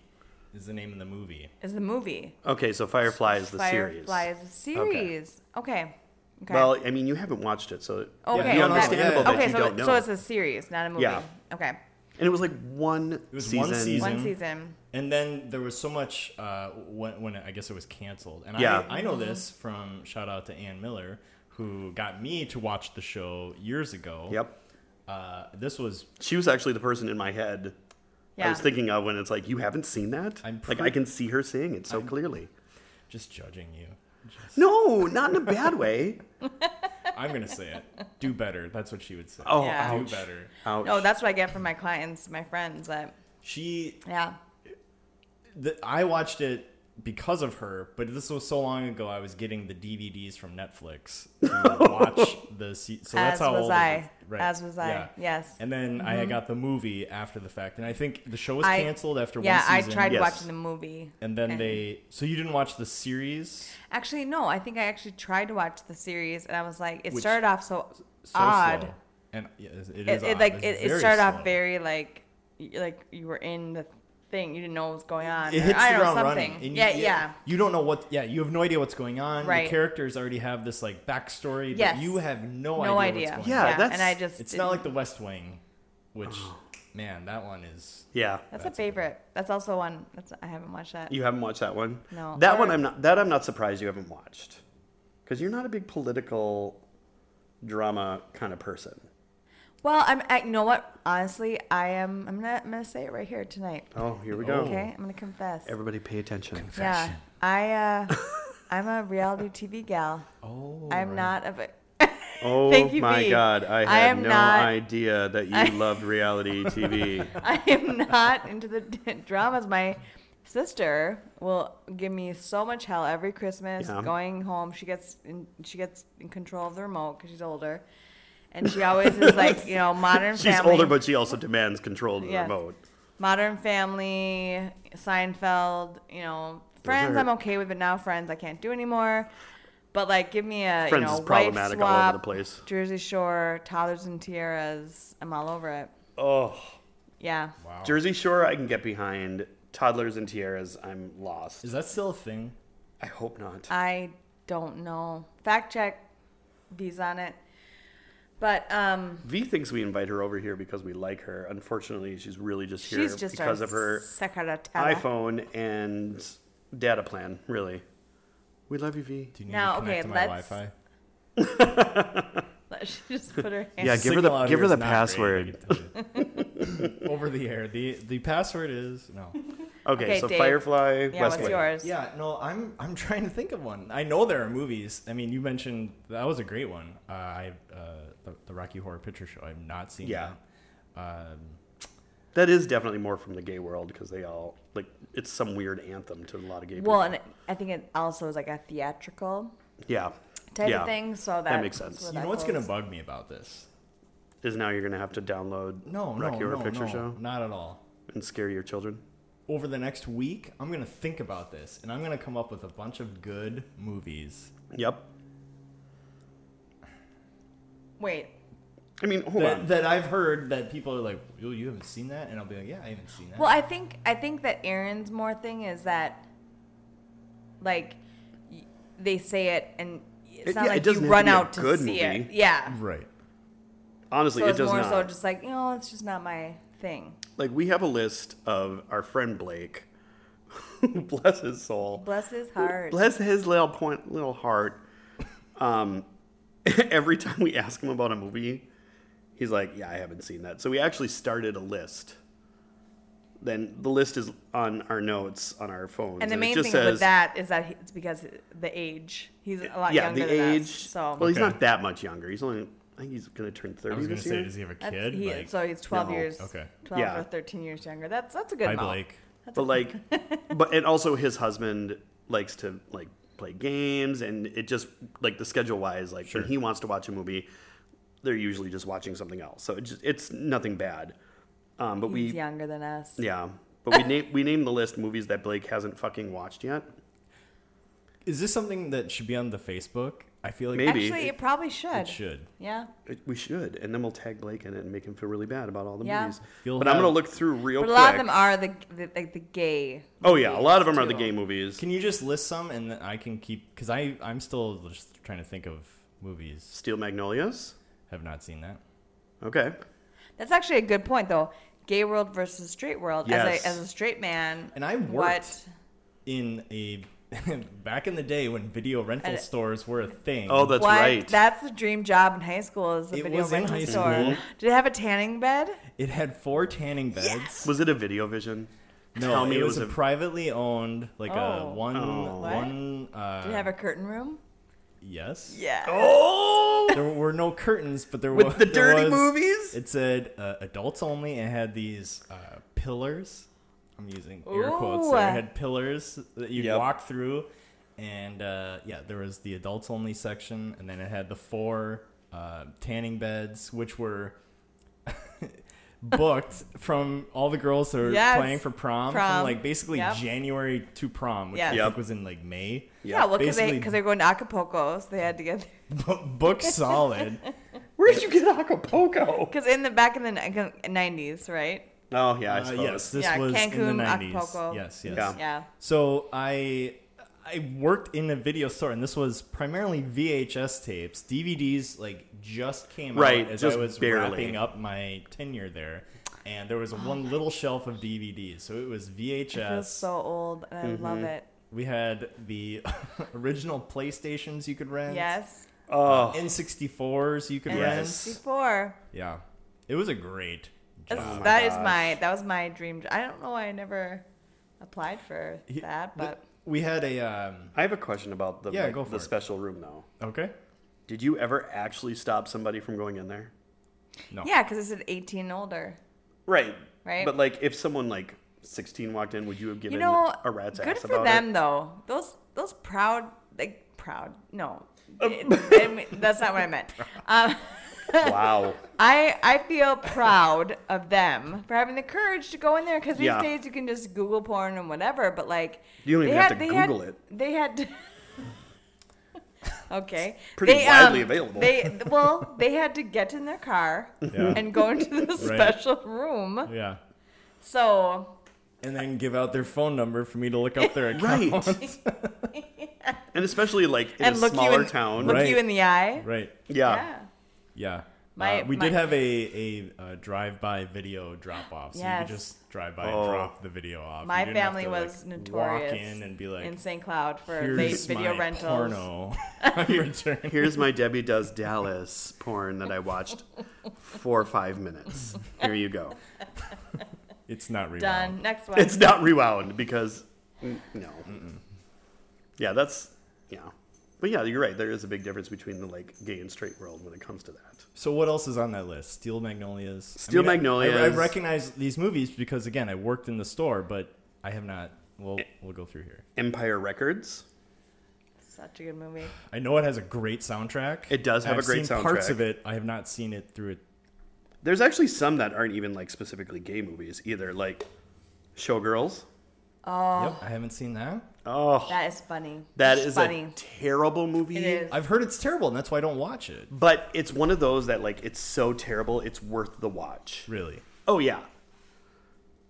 Speaker 3: is the name of the movie.
Speaker 2: is the movie.
Speaker 1: okay, so Firefly is the series.
Speaker 2: Firefly is a series. Okay. Okay.
Speaker 1: Well, I mean, you haven't watched it, so
Speaker 2: okay.
Speaker 1: it'd be
Speaker 3: Yeah, no,
Speaker 1: understandable
Speaker 3: yeah.
Speaker 1: that
Speaker 2: okay,
Speaker 1: you
Speaker 2: so,
Speaker 1: don't know.
Speaker 2: so it's a series, not a movie.
Speaker 1: Yeah.
Speaker 2: Okay.
Speaker 1: and it was like one
Speaker 3: It was
Speaker 1: season.
Speaker 3: one season.
Speaker 2: One season.
Speaker 3: And then there was so much uh, when, when I guess it was canceled. And
Speaker 1: Yeah.
Speaker 3: I, I know this from shout out to Ann Miller, who got me to watch the show years ago.
Speaker 1: Yep.
Speaker 3: Uh, this was
Speaker 1: She was actually the person in my head
Speaker 2: Yeah.
Speaker 1: I was thinking of when it's like, you haven't seen that?
Speaker 3: I'm
Speaker 1: like, I
Speaker 3: pretty-
Speaker 1: can see her saying it so clearly.
Speaker 3: just judging you. Just- [laughs]
Speaker 1: No, not in a bad way.
Speaker 3: I'm gonna say it. Do better. That's what she would say.
Speaker 1: Oh,
Speaker 2: Yeah.
Speaker 3: do
Speaker 1: ouch.
Speaker 3: better.
Speaker 1: Ouch.
Speaker 2: No, that's what I get from my clients, my friends. That
Speaker 3: She.
Speaker 2: yeah,
Speaker 3: The, I watched it because of her, but this was so long ago. I was getting the DVDs from Netflix
Speaker 2: [laughs]
Speaker 3: to watch the. Se- so
Speaker 2: as
Speaker 3: that's how
Speaker 2: was
Speaker 3: old
Speaker 2: I.
Speaker 3: It is. Right.
Speaker 2: As was I.
Speaker 3: Yeah.
Speaker 2: Yes. Mm-hmm.
Speaker 3: And then I got the movie after the fact, and I think the show was
Speaker 2: I-
Speaker 3: canceled after
Speaker 2: yeah, I
Speaker 3: one season.
Speaker 2: tried
Speaker 1: Yes.
Speaker 2: watching the movie.
Speaker 3: And then they. So you didn't watch the series?
Speaker 2: Actually, no. I think I actually tried to watch the series, and I was like, it
Speaker 3: Which-
Speaker 2: started off so,
Speaker 3: So
Speaker 2: odd.
Speaker 3: slow. And yeah, it is
Speaker 2: It, it
Speaker 3: odd.
Speaker 2: like
Speaker 3: It's
Speaker 2: it, it
Speaker 3: very
Speaker 2: started off
Speaker 3: slow.
Speaker 2: very like, y- like you were in the thing, you didn't know what was going on.
Speaker 3: It
Speaker 2: or-
Speaker 3: hits
Speaker 2: I
Speaker 3: the
Speaker 2: don't know
Speaker 3: ground
Speaker 2: something.
Speaker 3: running. and you-
Speaker 2: yeah, yeah.
Speaker 3: You don't know what. Yeah, you have no idea what's going on. The
Speaker 2: Right.
Speaker 3: characters already have this like backstory. but
Speaker 2: Yes.
Speaker 3: you have no,
Speaker 2: No
Speaker 3: idea.
Speaker 2: idea.
Speaker 3: What's going
Speaker 1: Yeah,
Speaker 3: on.
Speaker 1: that's-
Speaker 2: and I just
Speaker 3: It's not
Speaker 2: didn't-
Speaker 3: like The West Wing, which
Speaker 1: Oh.
Speaker 3: man, that one is.
Speaker 1: yeah.
Speaker 2: That's,
Speaker 3: That's
Speaker 2: a favorite. That's also one. That's I haven't watched that.
Speaker 1: You haven't watched that one.
Speaker 2: No.
Speaker 1: That one
Speaker 2: Or-
Speaker 1: I'm not. That I'm not surprised you haven't watched, because you're not a big political drama kind of person.
Speaker 2: Well, I'm. I, you know what? Honestly, I am. I'm gonna. I'm gonna say it right here tonight.
Speaker 1: Oh, here we go.
Speaker 3: Oh.
Speaker 2: Okay, I'm gonna confess.
Speaker 1: Everybody, pay attention.
Speaker 2: yeah, I.
Speaker 3: [laughs]
Speaker 2: Uh, I'm a reality TV gal.
Speaker 3: Oh.
Speaker 2: I'm not a.
Speaker 1: Oh
Speaker 2: Thank you,
Speaker 1: my
Speaker 2: Bea.
Speaker 1: God! I had
Speaker 2: I am
Speaker 1: no
Speaker 2: not-
Speaker 1: idea that you
Speaker 2: [laughs] I-
Speaker 1: loved reality
Speaker 2: [laughs]
Speaker 1: TV.
Speaker 2: I am not into the dramas. My sister will give me so much hell every Christmas.
Speaker 1: Yeah.
Speaker 2: Going home, she gets in, she gets in control of the remote because she's older, and she always is like, you know,
Speaker 1: [laughs]
Speaker 2: Modern
Speaker 1: She's
Speaker 2: Family.
Speaker 1: older, but she also demands control of the
Speaker 2: Yes.
Speaker 1: remote.
Speaker 2: Modern Family, Seinfeld, you know, Friends.
Speaker 1: are-
Speaker 2: I'm okay with, but now Friends I can't do anymore. But like, give me a
Speaker 1: Friends
Speaker 2: you know,
Speaker 1: is
Speaker 2: wife
Speaker 1: problematic all over
Speaker 2: swap,
Speaker 1: the place.
Speaker 2: Jersey Shore, Toddlers and Tiaras. I'm all over it.
Speaker 1: Oh,
Speaker 2: Yeah.
Speaker 3: Wow.
Speaker 1: Jersey Shore, I can get behind. Toddlers and Tiaras, I'm lost.
Speaker 3: Is that still a thing?
Speaker 1: I hope not.
Speaker 2: I don't know. Fact check. V's on it. But um,
Speaker 1: V thinks we invite her over here because we like her. Unfortunately, she's really just here
Speaker 2: she's just
Speaker 1: because
Speaker 2: our
Speaker 1: of her
Speaker 2: secretary.
Speaker 1: iPhone and data plan, really. We love you, V.
Speaker 3: Do you need
Speaker 2: Now,
Speaker 3: to connect
Speaker 2: okay,
Speaker 3: to my
Speaker 2: let's-
Speaker 3: Wi-Fi?
Speaker 2: [laughs] She just put her hand.
Speaker 1: Yeah, give her
Speaker 3: Signal
Speaker 1: the-
Speaker 3: out
Speaker 1: give her
Speaker 3: here is
Speaker 1: the
Speaker 3: not great,
Speaker 1: password.
Speaker 3: I can tell you. [laughs] Over the air. The the password is no.
Speaker 1: Okay,
Speaker 2: Okay,
Speaker 1: so
Speaker 2: Dave.
Speaker 1: Firefly,
Speaker 2: Yeah, what's
Speaker 1: Westworld.
Speaker 2: yours?
Speaker 3: Yeah, no, I'm I'm trying to think of one. I know there are movies. I mean, you mentioned that was a great one. Uh, I uh, the, the Rocky Horror Picture Show. I've not seen
Speaker 1: Yeah.
Speaker 3: that. Um,
Speaker 1: That is definitely more from the gay world because they all like it's some weird anthem to a lot of gay people.
Speaker 2: Well, and I think it also is like a theatrical
Speaker 1: yeah,
Speaker 2: type
Speaker 1: yeah.
Speaker 2: of thing. So that,
Speaker 1: makes sense.
Speaker 2: where
Speaker 3: you
Speaker 2: that
Speaker 3: know what's gonna
Speaker 2: goes.
Speaker 3: bug me about this?
Speaker 1: Is now you're gonna have to download
Speaker 3: No,
Speaker 1: Rocky
Speaker 3: no,
Speaker 1: Horror
Speaker 3: no,
Speaker 1: Picture
Speaker 3: no,
Speaker 1: Show
Speaker 3: not at all.
Speaker 1: and scare your children.
Speaker 3: Over the next week, I'm gonna think about this, and I'm gonna come up with a bunch of good movies.
Speaker 1: Yep.
Speaker 2: Wait,
Speaker 1: I mean, hold
Speaker 3: That,
Speaker 1: on.
Speaker 3: that I've heard that people are like, "Yo, you haven't seen that," and I'll be like, "Yeah, I haven't seen that."
Speaker 2: Well, I think I think that Aaron's more thing is that, like, y- they say it and it's
Speaker 1: It-
Speaker 2: not
Speaker 1: yeah, it
Speaker 2: like you
Speaker 1: doesn't have
Speaker 2: run
Speaker 1: to be a
Speaker 2: out to
Speaker 1: good
Speaker 2: see it.
Speaker 1: movie.
Speaker 2: Yeah.
Speaker 3: right.
Speaker 1: Honestly,
Speaker 2: So
Speaker 1: it
Speaker 2: it's
Speaker 1: does
Speaker 2: more
Speaker 1: not.
Speaker 2: so just like you know, it's just not my thing.
Speaker 1: like we have a list of our friend Blake, [laughs] bless his soul,
Speaker 2: Bless his heart.
Speaker 1: bless his little point, little heart. Um, [laughs] every time we ask him about a movie, he's like, "Yeah, I haven't seen that." So we actually started a list. Then the list is on our notes on our phones,
Speaker 2: and the
Speaker 1: it
Speaker 2: main
Speaker 1: just
Speaker 2: thing
Speaker 1: says,
Speaker 2: with that is that he- it's because the age. He's a lot
Speaker 1: yeah,
Speaker 2: younger
Speaker 1: the
Speaker 2: than
Speaker 1: age.
Speaker 2: us. So
Speaker 1: Well, he's
Speaker 3: Okay.
Speaker 1: not that much younger. He's only, I think he's going to turn
Speaker 3: I
Speaker 1: thirty
Speaker 3: was gonna
Speaker 1: this
Speaker 3: say,
Speaker 1: year.
Speaker 3: does he have a
Speaker 2: that's,
Speaker 3: kid?
Speaker 2: he,
Speaker 3: like,
Speaker 2: so he's twelve
Speaker 1: No.
Speaker 2: years,
Speaker 3: Okay.
Speaker 2: twelve
Speaker 1: Yeah.
Speaker 2: or thirteen years younger. That's that's a good.
Speaker 3: hi,
Speaker 2: amount.
Speaker 3: Blake.
Speaker 1: but like but and also his husband likes to like play games and it just like the schedule wise like
Speaker 3: Sure.
Speaker 1: when he wants to watch a movie they're usually just watching something else so it just, it's nothing bad um, but
Speaker 2: He's
Speaker 1: we
Speaker 2: younger than us.
Speaker 1: yeah but we name we named the list movies that blake hasn't fucking watched yet
Speaker 3: Is this something that should be on the Facebook? I feel like
Speaker 1: Maybe.
Speaker 2: Actually, it probably should.
Speaker 3: it should.
Speaker 2: Yeah.
Speaker 1: It- we should and then we'll tag blake in it and make him feel really bad about all the
Speaker 2: Yeah.
Speaker 1: movies
Speaker 3: You'll
Speaker 1: but i'm
Speaker 3: have-
Speaker 1: gonna look through real
Speaker 2: But a
Speaker 1: quick
Speaker 2: lot of them are the, the like the gay.
Speaker 1: oh yeah a lot of them
Speaker 2: movies,
Speaker 1: are the
Speaker 2: too.
Speaker 1: gay movies
Speaker 3: Can you just list some and then I can keep because I I'm still just trying to think of movies.
Speaker 1: steel magnolias
Speaker 3: Have not seen that.
Speaker 1: okay
Speaker 2: That's actually a good point, though. Gay world versus straight world.
Speaker 1: Yes.
Speaker 2: As a as a straight man,
Speaker 3: And I worked
Speaker 2: what?
Speaker 3: in a [laughs] back in the day when video rental
Speaker 2: And-
Speaker 3: stores were a thing.
Speaker 1: oh that's
Speaker 2: what-
Speaker 1: right
Speaker 2: That's the dream job in high school. Is the
Speaker 3: It
Speaker 2: video
Speaker 3: was in
Speaker 2: rental
Speaker 3: high
Speaker 2: store.
Speaker 3: school.
Speaker 2: Did it have a tanning bed?
Speaker 3: it had four tanning beds.
Speaker 1: was it a video vision
Speaker 3: No,
Speaker 1: Tell me
Speaker 3: it
Speaker 1: it
Speaker 3: was
Speaker 1: was
Speaker 3: a, privately owned like
Speaker 2: Oh.
Speaker 3: a one
Speaker 1: Oh.
Speaker 2: What?
Speaker 3: one. Uh,
Speaker 2: Did it have a curtain room?
Speaker 3: Yes.
Speaker 2: Yeah.
Speaker 1: Oh,
Speaker 3: There were no curtains, but there was
Speaker 1: with the
Speaker 3: there
Speaker 1: dirty
Speaker 3: was-
Speaker 1: movies.
Speaker 3: It said uh, adults only and had these uh, pillars. I'm using air quotes.
Speaker 2: Ooh.
Speaker 3: There It had pillars that you
Speaker 1: Yep.
Speaker 3: walk through, and uh, yeah, there was the adults only section, and then it had the four uh, tanning beds, which were [laughs] booked from all the girls that were
Speaker 2: Yes.
Speaker 3: playing for prom, from
Speaker 2: Prom.
Speaker 3: like basically
Speaker 2: Yep.
Speaker 3: January to prom, which I
Speaker 2: Yes.
Speaker 1: Yep.
Speaker 3: think was in like May. [laughs]
Speaker 2: Yeah, well, because they
Speaker 3: Basically-
Speaker 2: because they're going to Acapulco, so they had to get [laughs]
Speaker 3: Book solid.
Speaker 1: Where'd you get Acapulco?
Speaker 2: because in the back in the nineties, right?
Speaker 1: Oh yeah, I
Speaker 3: Uh,
Speaker 1: suppose.
Speaker 3: yes, this
Speaker 2: Yeah,
Speaker 3: was
Speaker 2: Cancun,
Speaker 3: in the 90s.
Speaker 2: Acapulco.
Speaker 3: Yes, yes.
Speaker 1: Yeah.
Speaker 2: Yeah.
Speaker 3: So I I worked in a video store, and this was primarily VHS tapes. DVDs like just came
Speaker 1: Right,
Speaker 3: out as
Speaker 1: just
Speaker 3: I was
Speaker 1: barely.
Speaker 3: wrapping up my tenure there, and there was one little shelf of DVDs. So it was
Speaker 2: I feel
Speaker 3: VHS.
Speaker 2: so old, and I love it.
Speaker 3: we had the [laughs] original PlayStations you could rent.
Speaker 2: Yes.
Speaker 1: Oh,
Speaker 3: N64s you could
Speaker 2: And
Speaker 1: Yes. Oh
Speaker 3: rent.
Speaker 2: Before.
Speaker 3: Yeah. It was a great job.
Speaker 2: That's,
Speaker 1: my
Speaker 2: that is
Speaker 1: gosh.
Speaker 2: my that was my dream. j- I don't know why I never applied for
Speaker 3: He-
Speaker 2: that,
Speaker 3: th-
Speaker 2: but
Speaker 3: we had a um,
Speaker 1: I have a question about the
Speaker 3: Yeah,
Speaker 1: like,
Speaker 3: go for
Speaker 1: the
Speaker 3: it.
Speaker 1: special room though.
Speaker 3: okay.
Speaker 1: Did you ever actually stop somebody from going in there?
Speaker 3: No.
Speaker 2: yeah, because it said eighteen older.
Speaker 1: Right.
Speaker 2: Right.
Speaker 1: But like, if someone like 16 walked in, would you have given
Speaker 2: You know,
Speaker 1: a rat's
Speaker 2: good
Speaker 1: ass
Speaker 2: for
Speaker 1: about
Speaker 2: them
Speaker 1: it?
Speaker 2: though. Those those proud like proud. No,
Speaker 1: Um.
Speaker 2: I mean, that's not what I
Speaker 1: [laughs]
Speaker 2: meant. Um,
Speaker 3: [laughs]
Speaker 1: Wow.
Speaker 2: I I
Speaker 1: [laughs]
Speaker 2: feel proud of them for having the courage to go in there because these
Speaker 1: Yeah.
Speaker 2: days you can just Google porn and whatever. But like,
Speaker 1: You don't
Speaker 2: they
Speaker 1: even have to
Speaker 2: they had-
Speaker 1: Google it.
Speaker 2: They had.
Speaker 1: [laughs]
Speaker 2: To okay.
Speaker 1: pretty
Speaker 2: They, um,
Speaker 1: widely available. [laughs]
Speaker 2: They well, they had to get in their car
Speaker 3: Yeah.
Speaker 2: and go
Speaker 1: [laughs]
Speaker 2: into the special room.
Speaker 3: yeah.
Speaker 2: So
Speaker 3: and then give out their phone number for me to look up their account.
Speaker 1: [laughs] Right. and especially like
Speaker 2: [laughs]
Speaker 1: in
Speaker 2: and
Speaker 1: a
Speaker 2: look you
Speaker 1: smaller
Speaker 2: in,
Speaker 1: town.
Speaker 2: look
Speaker 3: Right.
Speaker 2: you in the eye.
Speaker 3: right.
Speaker 1: Yeah.
Speaker 2: Yeah.
Speaker 3: Yeah.
Speaker 2: My-
Speaker 3: Uh, we
Speaker 2: my-
Speaker 3: did have a, a, uh drive-by video drop-off, so you
Speaker 2: Yes.
Speaker 3: could just drive by
Speaker 1: Oh.
Speaker 3: and drop the video off.
Speaker 2: My
Speaker 3: You didn't have
Speaker 2: family
Speaker 3: to,
Speaker 2: was
Speaker 3: like,
Speaker 2: notorious
Speaker 3: Walk in and be like,
Speaker 2: in St. Cloud for
Speaker 3: "Here's
Speaker 2: late video
Speaker 3: my
Speaker 2: rentals.
Speaker 3: porno [laughs] on
Speaker 2: [laughs]
Speaker 3: your turn."
Speaker 1: Here's my Debbie Does Dallas porn that I watched for five minutes. Here you go.
Speaker 3: It's not real.
Speaker 2: Done. Next one.
Speaker 1: It's not rewound because mm, no. Yeah, that's yeah. But yeah, you're right. There is a big difference between the like gay and straight world when it comes to that.
Speaker 3: So what else is on that list? Steel Magnolias.
Speaker 1: Steel
Speaker 3: I- I-
Speaker 1: Magnolias.
Speaker 3: I, recognize these movies because again, I worked in the store, but I have not. We'll we'll go through here.
Speaker 1: Empire Records.
Speaker 2: Such a good movie.
Speaker 3: I know it has a great soundtrack.
Speaker 1: It does have
Speaker 3: I've
Speaker 1: a great
Speaker 3: seen Parts
Speaker 1: soundtrack.
Speaker 3: of it, I have not seen it through it.
Speaker 1: There's actually some that aren't even like specifically gay movies either, like Showgirls.
Speaker 3: Yep, I haven't seen that.
Speaker 1: Oh,
Speaker 2: That is funny.
Speaker 1: that
Speaker 2: It's
Speaker 1: is
Speaker 2: funny.
Speaker 1: a terrible movie.
Speaker 2: It is.
Speaker 3: I've heard it's terrible, and that's why I don't watch it.
Speaker 1: But it's one of those that like it's so terrible it's worth the watch.
Speaker 3: Really?
Speaker 1: Oh yeah.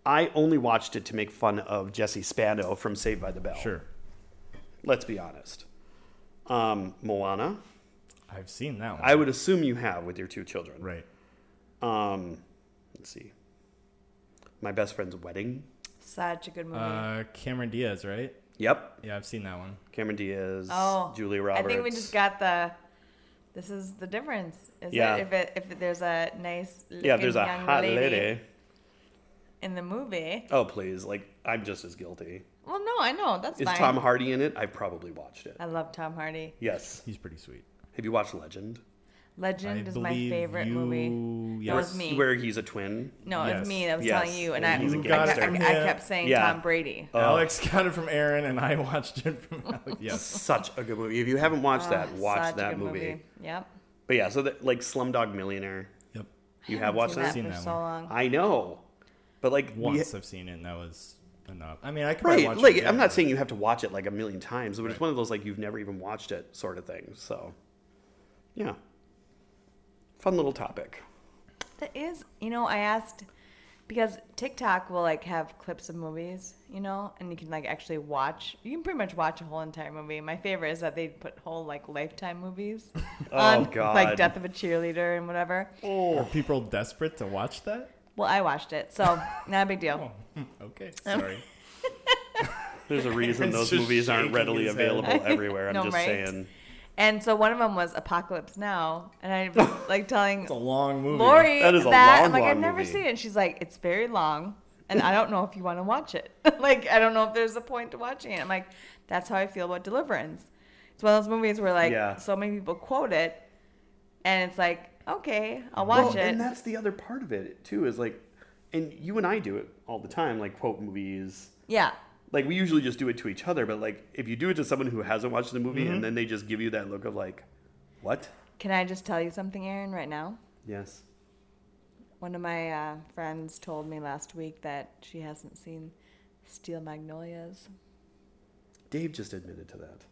Speaker 1: I only watched it to make fun of Jesse Spano from Saved by the Bell.
Speaker 3: Sure.
Speaker 1: Let's be honest. Um, Moana.
Speaker 3: I've seen that one.
Speaker 1: I would assume you have with your two children.
Speaker 3: right.
Speaker 1: Um, let's see. My best friend's wedding.
Speaker 2: Such a good movie.
Speaker 3: Uh, Cameron Diaz, right?
Speaker 1: Yep.
Speaker 3: Yeah, I've seen that one.
Speaker 1: Cameron Diaz.
Speaker 2: oh,
Speaker 1: Julia Roberts.
Speaker 2: I think we just got the. This is the difference. Is
Speaker 1: Yeah.
Speaker 2: it if it if there's a nice
Speaker 1: Yeah, there's a
Speaker 2: looking young
Speaker 1: hot lady.
Speaker 2: in the movie.
Speaker 1: Oh please, like I'm just as guilty.
Speaker 2: Well, no, I know that's
Speaker 1: Is
Speaker 2: fine. Uh,
Speaker 1: Tom Hardy in it? I probably watched it.
Speaker 2: I love Tom Hardy.
Speaker 1: Yes.
Speaker 3: He's pretty sweet.
Speaker 1: Have you watched Legend?
Speaker 2: Legend
Speaker 3: I
Speaker 2: is my
Speaker 3: believe
Speaker 2: favorite movie.
Speaker 3: you-
Speaker 2: That
Speaker 3: Yes.
Speaker 2: was me.
Speaker 1: Where he's a twin.
Speaker 2: No, it's
Speaker 3: Yes.
Speaker 2: me that was
Speaker 1: Yes.
Speaker 2: telling you, and
Speaker 1: Yeah,
Speaker 2: I,
Speaker 1: he's
Speaker 3: a
Speaker 2: I, kept,
Speaker 3: gangster.
Speaker 2: I, I
Speaker 3: Yeah.
Speaker 2: kept saying
Speaker 1: Yeah.
Speaker 2: Tom Brady.
Speaker 3: Alex got it from Aaron, and I [laughs] watched it from Alex. Yes.
Speaker 1: Such a good movie. If you haven't watched that,
Speaker 2: Oh,
Speaker 1: watch
Speaker 2: such a
Speaker 1: that
Speaker 2: good
Speaker 1: movie.
Speaker 2: Yep,
Speaker 1: But yeah, so that, like Slumdog Millionaire,
Speaker 3: yep.
Speaker 1: you have watched
Speaker 2: seen that
Speaker 1: that?
Speaker 2: for
Speaker 3: Seen that
Speaker 2: so
Speaker 3: one.
Speaker 2: long.
Speaker 1: I know, but like we-
Speaker 3: Once I've seen it, and that was enough. I mean, I could probably
Speaker 1: right?
Speaker 3: watch
Speaker 1: Like
Speaker 3: it again,
Speaker 1: I'm
Speaker 3: but-
Speaker 1: not saying you have to watch it like a million times, but it's
Speaker 3: Right.
Speaker 1: one of those like you've never even watched it sort of thing. So, yeah, fun little topic.
Speaker 2: That is, you know, I asked because TikTok will like have clips of movies, you know, and you can like actually watch. You can pretty much watch a whole entire movie. My favorite is that they put whole like Lifetime movies
Speaker 1: [laughs] Oh,
Speaker 2: on,
Speaker 1: God.
Speaker 2: Um, like Death of a Cheerleader and whatever.
Speaker 3: Are people desperate to watch that?
Speaker 2: Well, I watched it, so not a
Speaker 1: [laughs]
Speaker 2: big deal.
Speaker 3: Oh, [laughs]
Speaker 2: [laughs]
Speaker 3: hmm, okay. Sorry.
Speaker 1: There's a reason
Speaker 3: It's
Speaker 1: those
Speaker 3: just
Speaker 1: movies aren't
Speaker 3: shaking
Speaker 1: readily
Speaker 3: his head.
Speaker 1: available everywhere. I'm
Speaker 2: No,
Speaker 1: just
Speaker 2: right?
Speaker 1: saying.
Speaker 2: And so one of them was Apocalypse Now, and I was like
Speaker 1: [laughs]
Speaker 2: telling
Speaker 3: It's a long movie.
Speaker 2: Lori
Speaker 1: That
Speaker 2: that,
Speaker 1: is a long,
Speaker 2: I'm like, I've
Speaker 1: long
Speaker 2: never
Speaker 1: movie.
Speaker 2: seen it. And she's like, it's very long, and I don't know if you want [laughs] to watch it. like, I don't know if there's a point to watching it. I'm like, that's how I feel about Deliverance. It's one of those movies where like
Speaker 1: Yeah.
Speaker 2: so many people quote it, and it's like okay, I'll watch
Speaker 1: Well,
Speaker 2: it.
Speaker 1: And that's the other part of it too is like, and you and I do it all the time, like quote movies.
Speaker 2: yeah,
Speaker 1: Like we usually just do it to each other, but like if you do it to someone who hasn't watched the movie and then they just give you that look of like, what?
Speaker 2: can I just tell you something, Aaron? Right now,
Speaker 1: Yes.
Speaker 2: one of my uh, friends told me last week that she hasn't seen Steel Magnolias.
Speaker 1: Dave just admitted to that.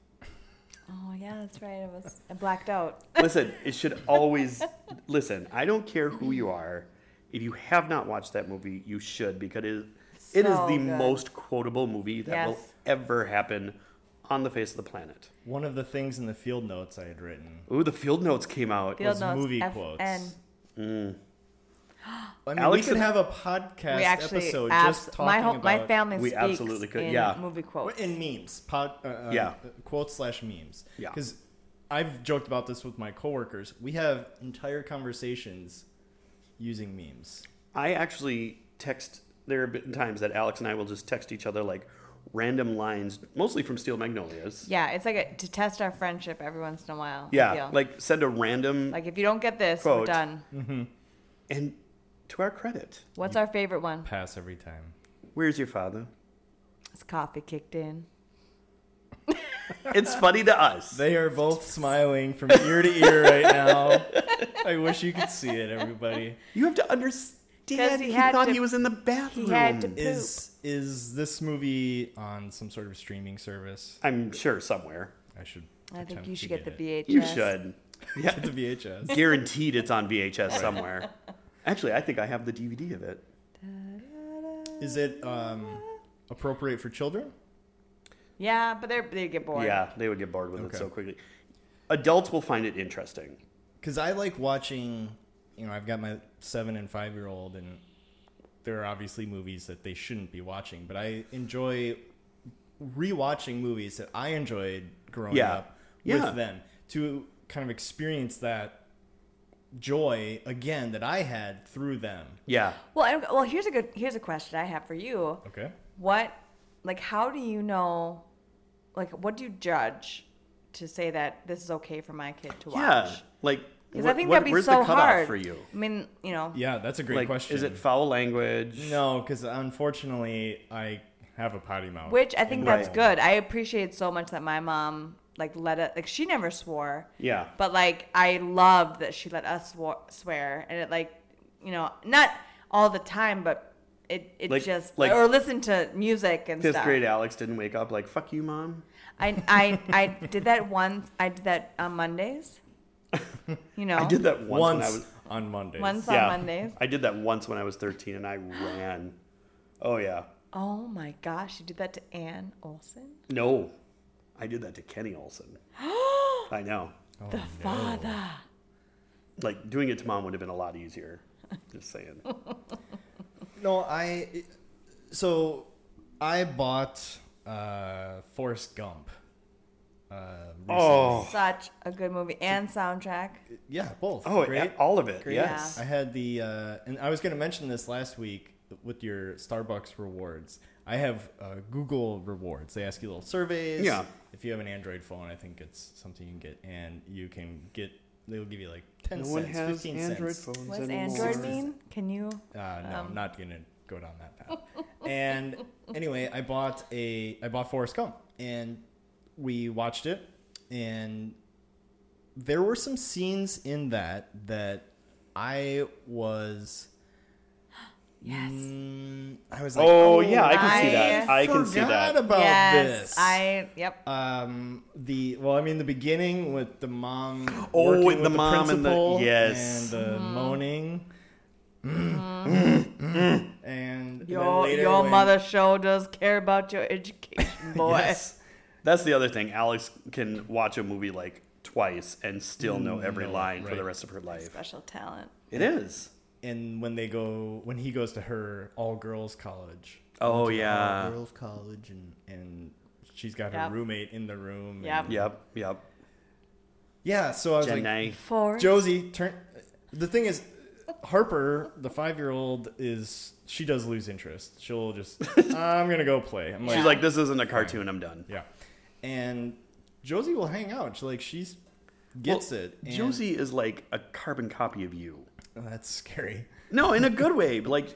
Speaker 2: Oh yeah, that's right. I was I [laughs] blacked out.
Speaker 1: Listen, it should always [laughs] listen. I don't care who you are. If you have not watched that movie, you should because it is, it is
Speaker 2: So
Speaker 1: the
Speaker 2: good.
Speaker 1: most quotable movie that will
Speaker 2: Yes.
Speaker 1: ever happen on the face of the planet.
Speaker 3: One of the things in the field notes I had written
Speaker 1: Ooh, the field notes came out.
Speaker 2: Field
Speaker 3: Those
Speaker 2: notes,
Speaker 3: movie
Speaker 2: FN.
Speaker 3: quotes. I mean,
Speaker 1: Alex
Speaker 3: we could
Speaker 1: and-
Speaker 3: have a podcast
Speaker 2: We actually
Speaker 3: episode
Speaker 2: abs-
Speaker 3: just talking
Speaker 2: my whole
Speaker 3: about
Speaker 2: my family
Speaker 1: We
Speaker 2: speaks
Speaker 1: absolutely could,
Speaker 2: in
Speaker 1: yeah.
Speaker 2: movie quotes.
Speaker 3: in memes, pod, uh, uh,
Speaker 1: Yeah.
Speaker 3: quotes slash memes.
Speaker 1: Yeah.
Speaker 3: because I've joked about this with my coworkers. We have entire conversations using memes.
Speaker 1: I actually text. There have been times that Alex and I will just text each other like random lines, mostly from Steel Magnolias.
Speaker 2: Yeah, it's like a, to test our friendship every once in a while. I
Speaker 1: Yeah,
Speaker 2: feel.
Speaker 1: like send a random
Speaker 2: like if you don't get this, we're
Speaker 1: Quote. Mm-hmm.
Speaker 2: done.
Speaker 1: and to our credit,
Speaker 2: What's our favorite one?
Speaker 3: Pass every time.
Speaker 1: where's your father?
Speaker 2: It's coffee kicked in.
Speaker 1: It's funny to us.
Speaker 3: They are both smiling from ear to ear
Speaker 1: [laughs]
Speaker 3: right now. I wish you could see it, everybody.
Speaker 1: You have to
Speaker 2: 'Cause
Speaker 1: understand.
Speaker 2: he
Speaker 1: He,
Speaker 2: had
Speaker 1: thought
Speaker 2: to-
Speaker 1: he was in the bathroom.
Speaker 2: had to-
Speaker 3: Is is this movie on some sort of streaming service?
Speaker 1: I'm sure somewhere.
Speaker 3: I should.
Speaker 2: I think
Speaker 3: attempt
Speaker 2: you
Speaker 3: to
Speaker 2: should get,
Speaker 3: it.
Speaker 2: the VHS.
Speaker 1: You should. Yeah,
Speaker 3: Get the
Speaker 1: [laughs]
Speaker 3: VHS.
Speaker 1: guaranteed it's on VHS somewhere.
Speaker 2: [laughs]
Speaker 1: Actually, I think I have the DVD of it.
Speaker 3: Is it um, appropriate for children?
Speaker 2: Yeah, but they they get bored.
Speaker 1: Yeah, they would get bored with
Speaker 3: Okay.
Speaker 1: it so quickly. Adults will find it interesting.
Speaker 3: Because I like watching. You know, I've got my seven and five year old, and there are obviously movies that they shouldn't be watching. But I enjoy rewatching movies that I enjoyed growing
Speaker 1: Yeah.
Speaker 3: up
Speaker 1: Yeah.
Speaker 3: with them to kind of experience that joy again that I had through them.
Speaker 1: Yeah.
Speaker 2: Well, I, well, here's a good here's a question I have for you.
Speaker 3: Okay.
Speaker 2: What, like, how do you know, like, what do you judge to say that this is okay for my kid to watch?
Speaker 1: Yeah. Like,
Speaker 2: Because I
Speaker 1: what-
Speaker 2: think
Speaker 1: what-
Speaker 2: that'd be
Speaker 1: where's
Speaker 2: so
Speaker 1: the cutoff
Speaker 2: hard
Speaker 1: for you?
Speaker 2: I mean, you know,
Speaker 3: Yeah, that's a great
Speaker 1: Like,
Speaker 3: question.
Speaker 1: is it foul language?
Speaker 3: No, because unfortunately, I have a potty mouth.
Speaker 2: which I think
Speaker 3: Right.
Speaker 2: that's good. I appreciate so much that my mom like let it like she never swore,
Speaker 1: Yeah.
Speaker 2: but like I loved that she let us swar- swear, and it like you know not all the time, but it it
Speaker 1: Like-
Speaker 2: just
Speaker 1: like-
Speaker 2: or listen to music and
Speaker 1: Fifth
Speaker 2: stuff.
Speaker 1: grade Alex didn't wake up like, fuck you, mom.
Speaker 2: I I I did that once. I did that
Speaker 1: [laughs]
Speaker 2: on Mondays. You know,
Speaker 1: I did that once,
Speaker 3: once,
Speaker 1: when I was.
Speaker 3: on Mondays.
Speaker 2: once on
Speaker 1: yeah.
Speaker 2: Mondays.
Speaker 1: I did that once when I was 13 and I ran. Oh, yeah.
Speaker 2: Oh my gosh, you did that to Ann Olson,
Speaker 1: No, I did that to Kenny
Speaker 2: [gasps]
Speaker 1: Olson. I know.
Speaker 2: the father.
Speaker 1: Like doing it to mom would have been a lot easier. Just saying.
Speaker 2: [laughs]
Speaker 3: No, I. So I bought uh, Forrest Gump. Uh, recently.
Speaker 1: Oh.
Speaker 2: Such a good movie and soundtrack.
Speaker 3: yeah, both.
Speaker 1: Oh,
Speaker 3: great.
Speaker 1: yeah, all of it.
Speaker 3: great.
Speaker 1: Yes.
Speaker 3: I had the, uh, and I was going to mention this last week with your Starbucks rewards. I have uh, Google rewards. They ask you little surveys.
Speaker 1: Yeah.
Speaker 3: If you have an Android phone, I think it's something you can get, and you can get. They'll give you like ten
Speaker 1: No
Speaker 3: cents,
Speaker 1: one has
Speaker 3: fifteen
Speaker 1: Android
Speaker 3: cents.
Speaker 1: phones
Speaker 2: What's
Speaker 1: anymore.
Speaker 2: Android mean? Can you?
Speaker 3: Uh, no,
Speaker 2: Um.
Speaker 3: I'm not gonna go down that path. and anyway, I bought a I bought Forrest Gump, and we watched it, and there were some scenes in that that I was
Speaker 2: Yes.
Speaker 3: mm, I was like,
Speaker 1: Oh, yeah, I can see that.
Speaker 2: I
Speaker 1: I can see
Speaker 3: forgot
Speaker 1: that.
Speaker 3: about
Speaker 2: yes.
Speaker 3: this.
Speaker 2: I. Yep.
Speaker 3: um the well I mean the beginning with the mom
Speaker 1: Oh,
Speaker 3: working
Speaker 1: with
Speaker 3: with
Speaker 1: the mom and the-
Speaker 3: principal
Speaker 1: yes. Mm-hmm.
Speaker 3: and the
Speaker 2: Mm-hmm.
Speaker 3: moaning and
Speaker 2: Your
Speaker 3: and then later
Speaker 2: your
Speaker 3: when-
Speaker 2: mother show does care about your education, boy.
Speaker 3: yes [laughs]
Speaker 1: That's the other thing. Alex can watch a movie like twice and still know every line for
Speaker 3: Mm, right.
Speaker 1: the rest of her life.
Speaker 2: Special talent.
Speaker 1: It is.
Speaker 3: and when they go when he goes to her all girls college
Speaker 1: Oh,
Speaker 3: all
Speaker 1: yeah.
Speaker 3: girls college and and she's got her
Speaker 2: Yep.
Speaker 3: roommate in the room
Speaker 2: Yep.
Speaker 3: and-
Speaker 1: Yep, yep.
Speaker 3: yeah so I was like
Speaker 1: Jenny.
Speaker 2: Four.
Speaker 3: Josie, turn. The thing is, Harper, the five-year-old, is she does lose interest.
Speaker 1: [laughs]
Speaker 3: She'll just, I'm gonna go play. I'm like,
Speaker 1: She's like, this isn't a cartoon. I'm done.
Speaker 3: yeah. And Josie will hang out. She, like she's gets
Speaker 1: Well,
Speaker 3: it. and-
Speaker 1: Josie is like a carbon copy of you.
Speaker 3: Oh, [laughs] that's scary.
Speaker 1: No, in a good way. but, Like,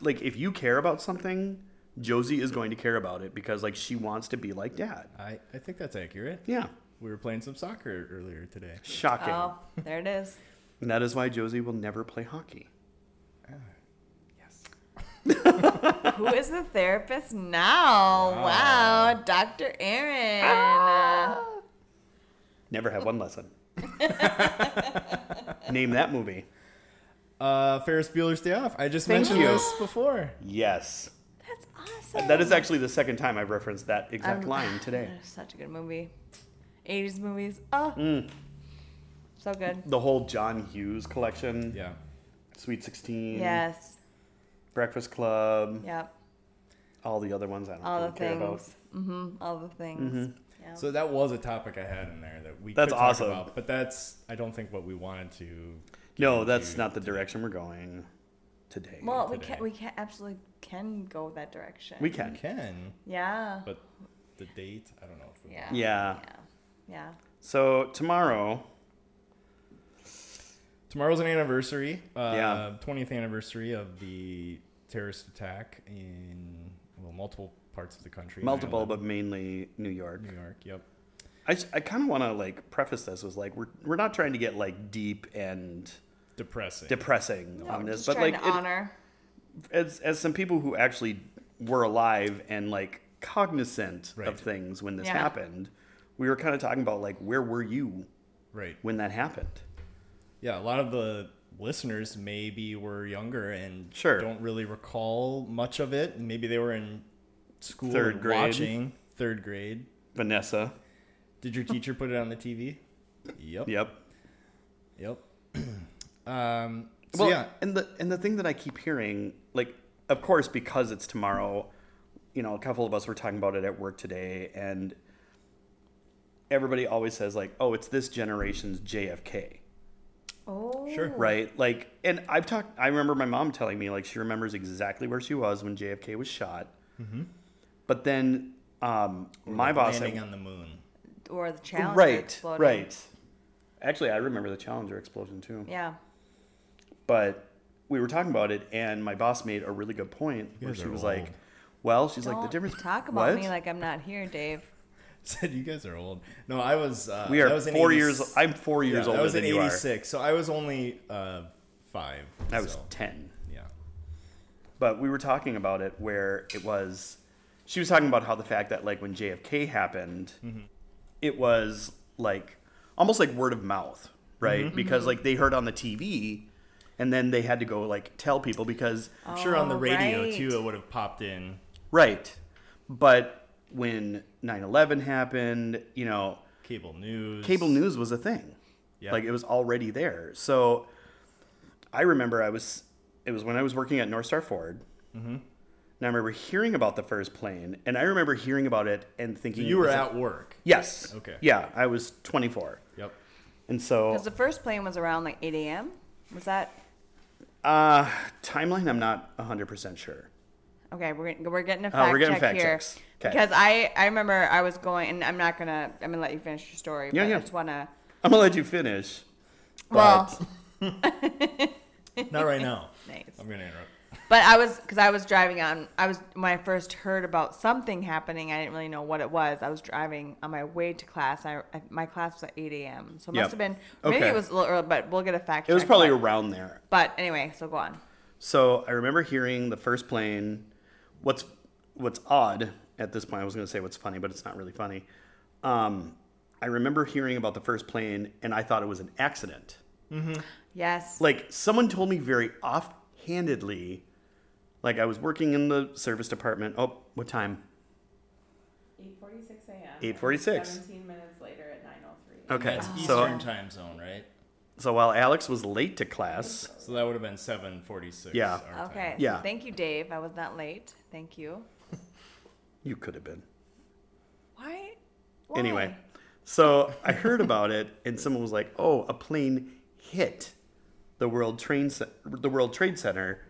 Speaker 1: like if you care about something, Josie is going to care about it because like she wants to be like dad.
Speaker 3: I I think that's accurate.
Speaker 1: Yeah,
Speaker 3: We were playing some soccer earlier today.
Speaker 1: shocking.
Speaker 2: Oh, there it is.
Speaker 1: And that is why Josie will never play hockey.
Speaker 2: Who is the therapist now? Wow, Dr. Aaron.
Speaker 1: Never had one
Speaker 2: [laughs]
Speaker 1: lesson. Name that movie.
Speaker 3: Uh, Ferris Bueller's Day Off. I just
Speaker 1: Thank
Speaker 3: mentioned
Speaker 1: you.
Speaker 3: this before.
Speaker 1: Yes.
Speaker 2: That's awesome.
Speaker 1: That is actually the second time I've referenced that exact
Speaker 2: I'm- [sighs]
Speaker 1: line today.
Speaker 2: Such a good movie. 80s movies. Oh. So good.
Speaker 1: The whole John Hughes collection, [laughs]
Speaker 3: Yeah.
Speaker 1: Sweet 16,
Speaker 2: Yes.
Speaker 1: Breakfast Club,
Speaker 2: Yep.
Speaker 1: all the other ones I don't
Speaker 2: All
Speaker 1: really
Speaker 2: the
Speaker 1: care about.
Speaker 2: things. Mm-hmm. All the things. Yeah.
Speaker 3: So that was a topic I had in there that we
Speaker 1: That's
Speaker 3: could talk
Speaker 1: awesome.
Speaker 3: about, but that's I don't think what we wanted to.
Speaker 1: No, that's not the direction we're going today.
Speaker 2: well, we
Speaker 3: today.
Speaker 2: can we can absolutely can go that direction.
Speaker 1: we
Speaker 3: We
Speaker 1: can.
Speaker 3: can,
Speaker 2: yeah.
Speaker 3: but the date I don't know. If we
Speaker 2: yeah.
Speaker 1: Yeah.
Speaker 2: Yeah. Yeah.
Speaker 1: So tomorrow,
Speaker 3: Tomorrow's an anniversary. Uh,
Speaker 1: Yeah.
Speaker 3: 20th anniversary of the terrorist attack in well multiple parts of the country.
Speaker 1: multiple,
Speaker 3: Maryland,
Speaker 1: but mainly New York.
Speaker 3: New York. Yep.
Speaker 1: I, s- I kind of want to like preface this with like we're we're not trying to get like deep and
Speaker 3: Depressing.
Speaker 1: depressing
Speaker 2: No,
Speaker 1: on
Speaker 2: we're
Speaker 1: this,
Speaker 2: just
Speaker 1: but
Speaker 2: trying
Speaker 1: like
Speaker 2: to
Speaker 1: it-
Speaker 2: honor.
Speaker 1: as as some people who actually were alive and like cognizant
Speaker 3: Right.
Speaker 1: of things when this
Speaker 2: Yeah.
Speaker 1: happened, we were kind of talking about like where were you
Speaker 3: right.
Speaker 1: when that happened?
Speaker 3: Yeah. A lot of the listeners maybe were younger and
Speaker 1: Sure.
Speaker 3: don't really recall much of it. Maybe they were in school
Speaker 1: Third
Speaker 3: and
Speaker 1: grade.
Speaker 3: watching third grade.
Speaker 1: Vanessa.
Speaker 3: Did your teacher put it on the TV? Yep.
Speaker 1: Yep.
Speaker 3: Yep. [clears throat] um, so
Speaker 1: well,
Speaker 3: yeah.
Speaker 1: and the and the thing that I keep hearing, like, of course, because it's tomorrow, you know, a couple of us were talking about it at work today, and everybody always says like, "Oh, it's this generation's JFK,"
Speaker 2: Oh.
Speaker 3: Sure.
Speaker 1: right? Like, and I've talked. I remember my mom telling me like she remembers exactly where she was when JFK was shot, but then um, my
Speaker 3: Like
Speaker 1: boss, at-
Speaker 3: landing on Mm-hmm. the moon.
Speaker 2: Or the challenge.
Speaker 1: right,
Speaker 2: exploding.
Speaker 1: right. Actually, I remember the Challenger explosion too.
Speaker 2: Yeah.
Speaker 1: but we were talking about it and my boss made a really good point where
Speaker 3: guys
Speaker 1: she
Speaker 3: are
Speaker 1: was
Speaker 3: old.
Speaker 1: like well she's like the
Speaker 2: Don't
Speaker 1: difference
Speaker 2: Talk about
Speaker 1: what?
Speaker 2: me like I'm not here, Dave.
Speaker 3: [laughs] Said you guys are old. No, I was. Uh,
Speaker 1: we
Speaker 3: that
Speaker 1: are
Speaker 3: was in
Speaker 1: four
Speaker 3: 80
Speaker 1: years i'm four years
Speaker 3: yeah,
Speaker 1: older
Speaker 3: I was
Speaker 1: than
Speaker 3: in
Speaker 1: you are
Speaker 3: '86, so I was only uh, five.
Speaker 1: i was
Speaker 3: so,
Speaker 1: 10
Speaker 3: yeah.
Speaker 1: but we were talking about it where it was she was talking about how the fact that like when jfk happened
Speaker 3: Mm-hmm.
Speaker 1: it was like almost like word of mouth right
Speaker 3: Mm-hmm.
Speaker 1: because like they heard on the tv and then they had to go like tell people because
Speaker 3: I'm sure on the
Speaker 2: Oh,
Speaker 3: radio
Speaker 2: right.
Speaker 3: too, it would have popped in.
Speaker 1: right but when 9-11 happened you know
Speaker 3: Cable news.
Speaker 1: cable news was a thing.
Speaker 3: Yeah.
Speaker 1: Like it was already there. So I remember I was it was when I was working at North Star Ford.
Speaker 3: Mm-hmm.
Speaker 1: And I remember hearing about the first plane and I remember hearing about it and thinking
Speaker 3: You were
Speaker 1: is it-
Speaker 3: at work.
Speaker 1: Yes.
Speaker 3: Okay.
Speaker 1: Yeah, I was 24.
Speaker 3: Yep.
Speaker 1: And so
Speaker 2: Because the first plane was around like 8 a.m. Was that
Speaker 1: uh timeline I'm not 100% sure.
Speaker 2: okay? We're getting, we're getting a
Speaker 1: Oh,
Speaker 2: fact
Speaker 1: we're getting
Speaker 2: check
Speaker 1: fact
Speaker 2: here
Speaker 1: checks. 'Kay.
Speaker 2: because I I remember I was going and I'm not gonna I'm gonna let you finish your story.
Speaker 1: Yeah,
Speaker 2: but
Speaker 1: yeah.
Speaker 2: I just wanna.
Speaker 1: I'm going to let you finish.
Speaker 2: Well,
Speaker 3: Not right now.
Speaker 2: [laughs] nice.
Speaker 3: I'm gonna interrupt.
Speaker 2: But I was because I was driving on. I was when I first heard about something happening. I didn't really know what it was. I was driving on my way to class. I, I my class was at 8 a.m. So it
Speaker 1: Yep.
Speaker 2: must have been maybe
Speaker 1: Okay.
Speaker 2: it was a little early, but we'll get a fact.
Speaker 1: It was
Speaker 2: check,
Speaker 1: probably
Speaker 2: but,
Speaker 1: around there.
Speaker 2: but anyway, so go on.
Speaker 1: So I remember hearing the first plane. What's what's odd at this point? I was going to say what's funny, but it's not really funny. Um, I remember hearing about the first plane, and I thought it was an accident.
Speaker 2: Yes.
Speaker 1: Like someone told me very offhandedly. Like I was working in the service department. Oh, what time?
Speaker 4: 8:46 a.m.
Speaker 1: 8:46.
Speaker 4: 17 minutes later at 9:03.
Speaker 1: Okay,
Speaker 3: That's
Speaker 1: so
Speaker 3: Eastern time zone, right?
Speaker 1: so while Alex was late to class,
Speaker 3: So that would have been 7:46.
Speaker 1: Yeah.
Speaker 3: our time.
Speaker 2: Okay.
Speaker 1: Yeah.
Speaker 2: So thank you, Dave. I was not late. Thank you.
Speaker 1: you could have been.
Speaker 2: Why?
Speaker 1: Anyway,
Speaker 2: Why?
Speaker 1: so I heard about it, and someone was like, "Oh, a plane hit the World Train Ce- the World Trade Center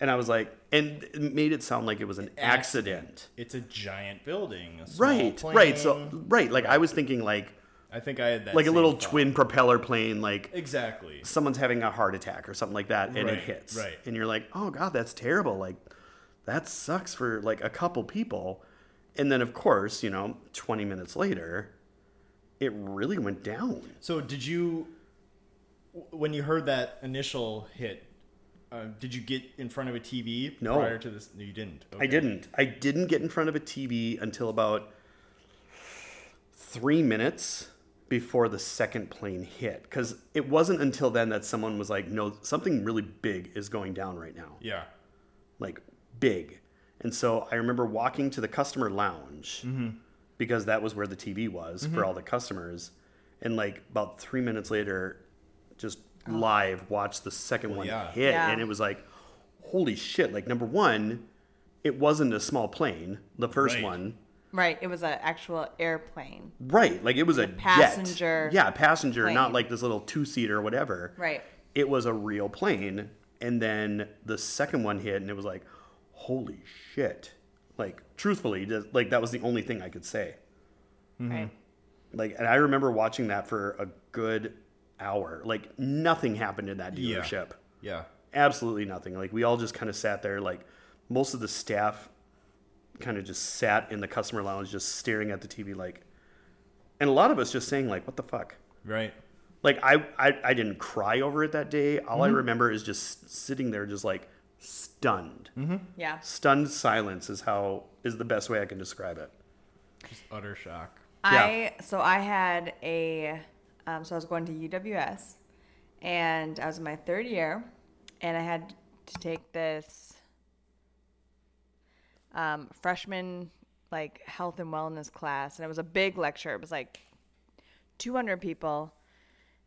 Speaker 1: And I was like, and it made it sound like it was an accident.
Speaker 3: It's a giant building. a small
Speaker 1: Right, right. So,
Speaker 3: plane.
Speaker 1: right. Like, I was thinking, like,
Speaker 3: I think I had that
Speaker 1: like a
Speaker 3: same
Speaker 1: little
Speaker 3: thought.
Speaker 1: twin propeller plane, like
Speaker 3: Exactly.
Speaker 1: someone's having a heart attack or something like that, and
Speaker 3: Right,
Speaker 1: it hits.
Speaker 3: right.
Speaker 1: And you're like, oh, God, that's terrible. Like, that sucks for like a couple people. And then, of course, you know, 20 minutes later, it really went down.
Speaker 3: So did you, w- when you heard that initial hit, uh, did you get in front of a TV
Speaker 1: No.
Speaker 3: prior to this? No, you didn't.
Speaker 1: I
Speaker 3: Okay.
Speaker 1: didn't. I didn't get in front of a TV until about three minutes before the second plane hit. Because it wasn't until then that someone was like, no, something really big is going down right now.
Speaker 3: Yeah.
Speaker 1: Like, big. And so I remember walking to the customer lounge
Speaker 3: Mm-hmm.
Speaker 1: because that was where the TV was for all the customers. And like about three minutes later, just live watched the second one
Speaker 3: Oh. yeah.
Speaker 1: hit.
Speaker 2: Yeah.
Speaker 1: And it was like, holy shit. Like, number one, it wasn't a small plane, the first
Speaker 3: Right.
Speaker 1: one.
Speaker 2: Right. It was an actual airplane.
Speaker 1: Right. Like, it was a,
Speaker 2: passenger
Speaker 1: Jet. Yeah, passenger, not
Speaker 2: plane.
Speaker 1: like this little two seater or whatever.
Speaker 2: Right.
Speaker 1: It was a real plane. And then the second one hit, and it was like, holy shit. Like, truthfully, just, like, that was the only thing I could say. Mm-hmm.
Speaker 2: Right.
Speaker 1: Like, and I remember watching that for a good hour. Like, nothing happened in that
Speaker 3: Yeah.
Speaker 1: dealership.
Speaker 3: Yeah.
Speaker 1: Absolutely nothing. Like, we all just kind of sat there. Like, most of the staff kind of just sat in the customer lounge, just staring at the TV, like, and a lot of us just saying, like, what the fuck?
Speaker 3: Right.
Speaker 1: Like, I, I, I didn't cry over it that day. All
Speaker 3: Mm-hmm.
Speaker 1: I remember is just sitting there, just like stunned.
Speaker 3: Mm-hmm.
Speaker 2: Yeah.
Speaker 1: Stunned silence is how, is the best way I can describe it.
Speaker 3: Just utter shock.
Speaker 1: Yeah.
Speaker 2: I so I had a um, so I was going to UWS and I was in my third year and I had to take this um, freshman like health and wellness class and it was a big lecture it was like 200 people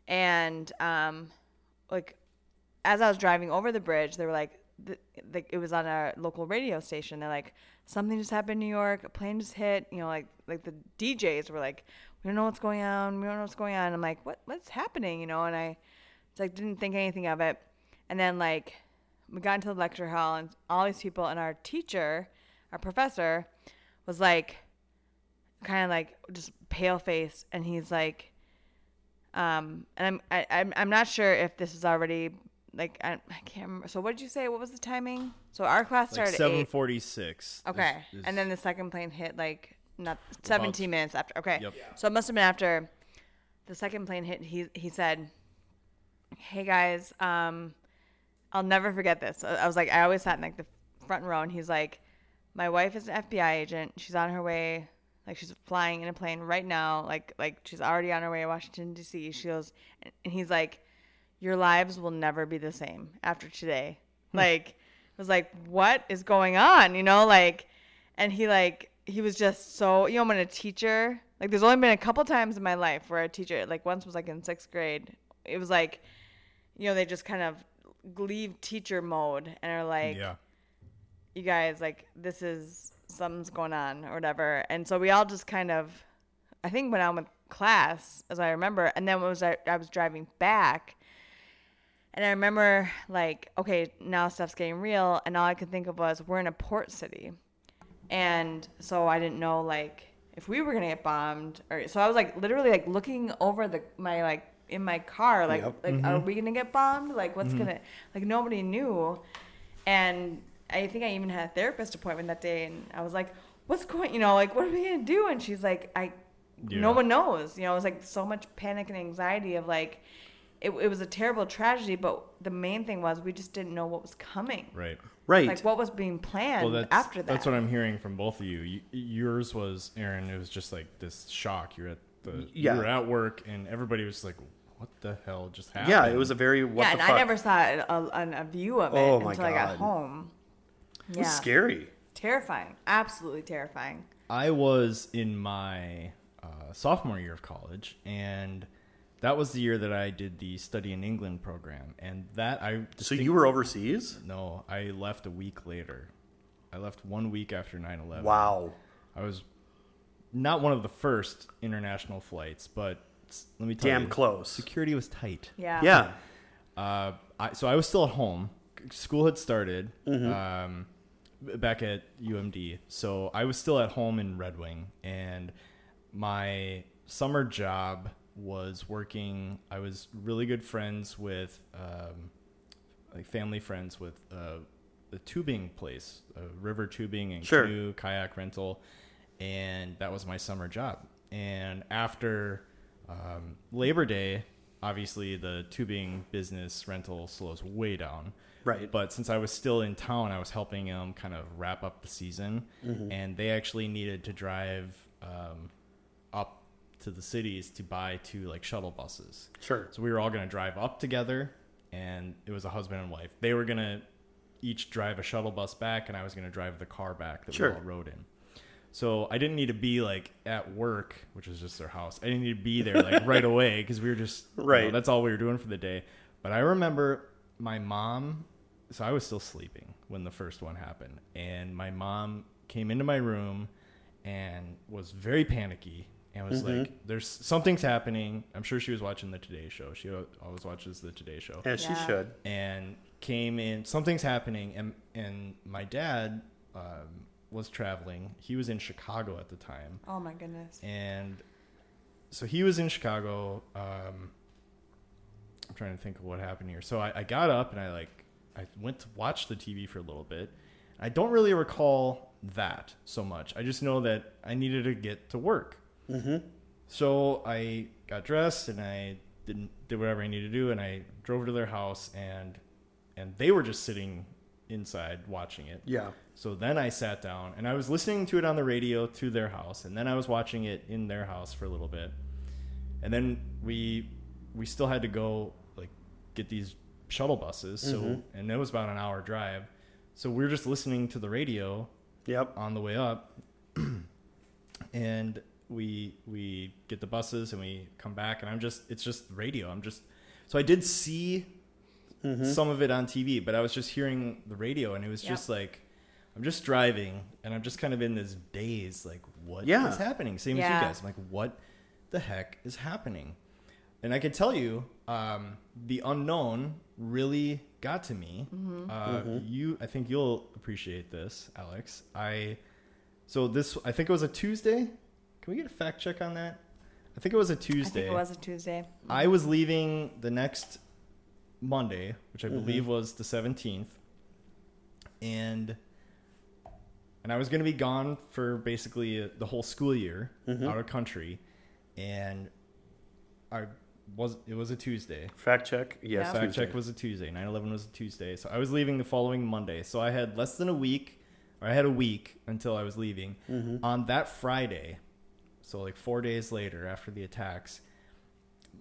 Speaker 2: and um, like as I was driving over the bridge, they were like, th- th- it was on a local radio station. They're like, something just happened in New York. A plane just hit. You know, like like the DJs were like, we don't know what's going on. We don't know what's going on. I'm like, what what's happening? You know, and I it's like didn't think anything of it. And then like we got into the lecture hall and all these people and our teacher, our professor, was like, kind of like just pale face, and he's like, um, and I'm I, I'm I'm not sure if this is already like I, I can't remember. So what did you say? What was the timing? So our class
Speaker 3: Like
Speaker 2: started at
Speaker 3: seven
Speaker 2: eight.
Speaker 3: forty six.
Speaker 2: Okay, and then the second plane hit like not 17 minutes after. Okay,
Speaker 3: Yep.
Speaker 2: so it must have been after the second plane hit. He he said, "Hey guys, um, I'll never forget this." I I was like, I always sat in like the front row, and he's like, "My wife is an FBI agent. She's on her way. Like she's flying in a plane right now. Like like she's already on her way to Washington D.C. She goes, and he's like, "Your lives will never be the same after today." like I was like, "What is going on?" You know, like, and he like he was just so you know when a teacher like there's only been a couple times in my life where a teacher like once was like in sixth grade it was like you know they just kind of leave teacher mode and are like
Speaker 3: yeah.
Speaker 2: you guys like this is something's going on or whatever and so we all just kind of i think went on with class as i remember and then when was I, I was driving back and i remember like okay now stuff's getting real and all i could think of was we're in a port city and so i didn't know like if we were gonna get bombed or so i was like literally like looking over the my like in my car like
Speaker 1: Yep.
Speaker 2: like are we gonna get bombed like what's gonna like nobody knew and i think i even had a therapist appointment that day and i was like what's going you know like what are we gonna do and she's like i
Speaker 3: Yeah.
Speaker 2: no one knows you know it was like so much panic and anxiety of like it, it was a terrible tragedy but the main thing was we just didn't know what was coming
Speaker 3: Right.
Speaker 1: Right.
Speaker 2: like what was being planned
Speaker 3: well, that's,
Speaker 2: after that
Speaker 3: That's what I'm hearing from both of you. Y- Yours was Aaron. It was just like this shock. You're at the
Speaker 1: yeah.
Speaker 3: you were at work, and everybody was like, "What the hell just happened?"
Speaker 1: yeah, it was a very what
Speaker 2: yeah,
Speaker 1: the
Speaker 2: and
Speaker 1: fuck.
Speaker 2: I never saw a, a, a view of it
Speaker 1: Oh, my
Speaker 2: until I got
Speaker 1: God.
Speaker 2: home.
Speaker 1: It was
Speaker 2: Yeah,
Speaker 1: scary.
Speaker 2: terrifying, absolutely terrifying.
Speaker 3: I was in my uh, sophomore year of college, and that was the year that I did the study in England program, and that I
Speaker 1: So you were overseas?
Speaker 3: no, I left a week later. I left one week after 9/11.
Speaker 1: Wow.
Speaker 3: I was not one of the first international flights, but s- let me tell
Speaker 1: Damn
Speaker 3: you,
Speaker 1: close.
Speaker 3: security was tight.
Speaker 2: Yeah,
Speaker 1: Yeah.
Speaker 3: Uh, I, so I was still at home. school had started um, b- back at UMD, so I was still at home in Red Wing, and my summer job was working. I was really good friends with, um, like family friends with uh, a tubing place, uh, river tubing and
Speaker 1: Sure.
Speaker 3: canoe kayak rental, and that was my summer job. And after um, Labor Day, obviously the tubing business rental slows way down.
Speaker 1: Right.
Speaker 3: But since I was still in town, I was helping them kind of wrap up the season,
Speaker 1: Mm-hmm.
Speaker 3: and they actually needed to drive um, up to the cities to buy two like shuttle buses.
Speaker 1: Sure.
Speaker 3: So we were all going to drive up together, and it was a husband and wife. They were going to each drive a shuttle bus back, and I was going to drive the car back that
Speaker 1: Sure.
Speaker 3: we all rode in. So I didn't need to be like at work, which was just their house. I didn't need to be
Speaker 1: [laughs]
Speaker 3: there like right away because we were just you know,
Speaker 1: Right.
Speaker 3: that's all we were doing for the day. But I remember my mom. So I was still sleeping when the first one happened, and my mom came into my room and was very panicky and was like, "There's something's happening." I'm sure she was watching the Today Show. She al- always watches the Today Show
Speaker 1: As she
Speaker 2: Yeah.
Speaker 1: should.
Speaker 3: and came in. Something's happening, and and my dad um, was traveling. He was in Chicago at the time,
Speaker 2: Oh my goodness.
Speaker 3: and so he was in Chicago. Um, I'm trying to think of what happened here. So I, I got up and I like I went to watch the TV for a little bit. I don't really recall that so much. I just know that I needed to get to work. So I got dressed and I didn't did whatever I needed to do and I drove to their house and and they were just sitting inside watching it.
Speaker 1: Yeah.
Speaker 3: So then I sat down and I was listening to it on the radio to their house, and then I was watching it in their house for a little bit, and then we we still had to go like get these shuttle buses. So and it was about an hour drive. So we were just listening to the radio
Speaker 1: Yep.
Speaker 3: on the way up, [clears throat] and we we get the buses and we come back, and I'm just it's just radio. I'm just so I did see some of it on TV, but I was just hearing the radio, and it was
Speaker 2: Yep.
Speaker 3: just like I'm just driving, and I'm just kind of in this daze, like what is
Speaker 1: Yeah.
Speaker 3: happening? Same
Speaker 2: Yeah.
Speaker 3: as you guys. I'm like, what the heck is happening? And I can tell you, um, the unknown really got to me. Uh, You, I think you'll appreciate this, Alex. I, so this, I think it was a Tuesday. Can we get a fact check on that? I think it was a
Speaker 2: I
Speaker 3: Tuesday.
Speaker 2: think it was a Tuesday.
Speaker 3: I was leaving the next Monday, which I believe was the 17th. And and I was going to be gone for basically uh, the whole school year out of country and I was it was a Tuesday.
Speaker 1: Fact check. Yes.
Speaker 2: Yeah.
Speaker 3: Fact
Speaker 1: Tuesday.
Speaker 3: check was a Tuesday. 9 11 was a Tuesday. So I was leaving the following Monday. So I had less than a week, or I had a week until I was leaving.
Speaker 1: Mm-hmm.
Speaker 3: On that Friday, so like four days later after the attacks,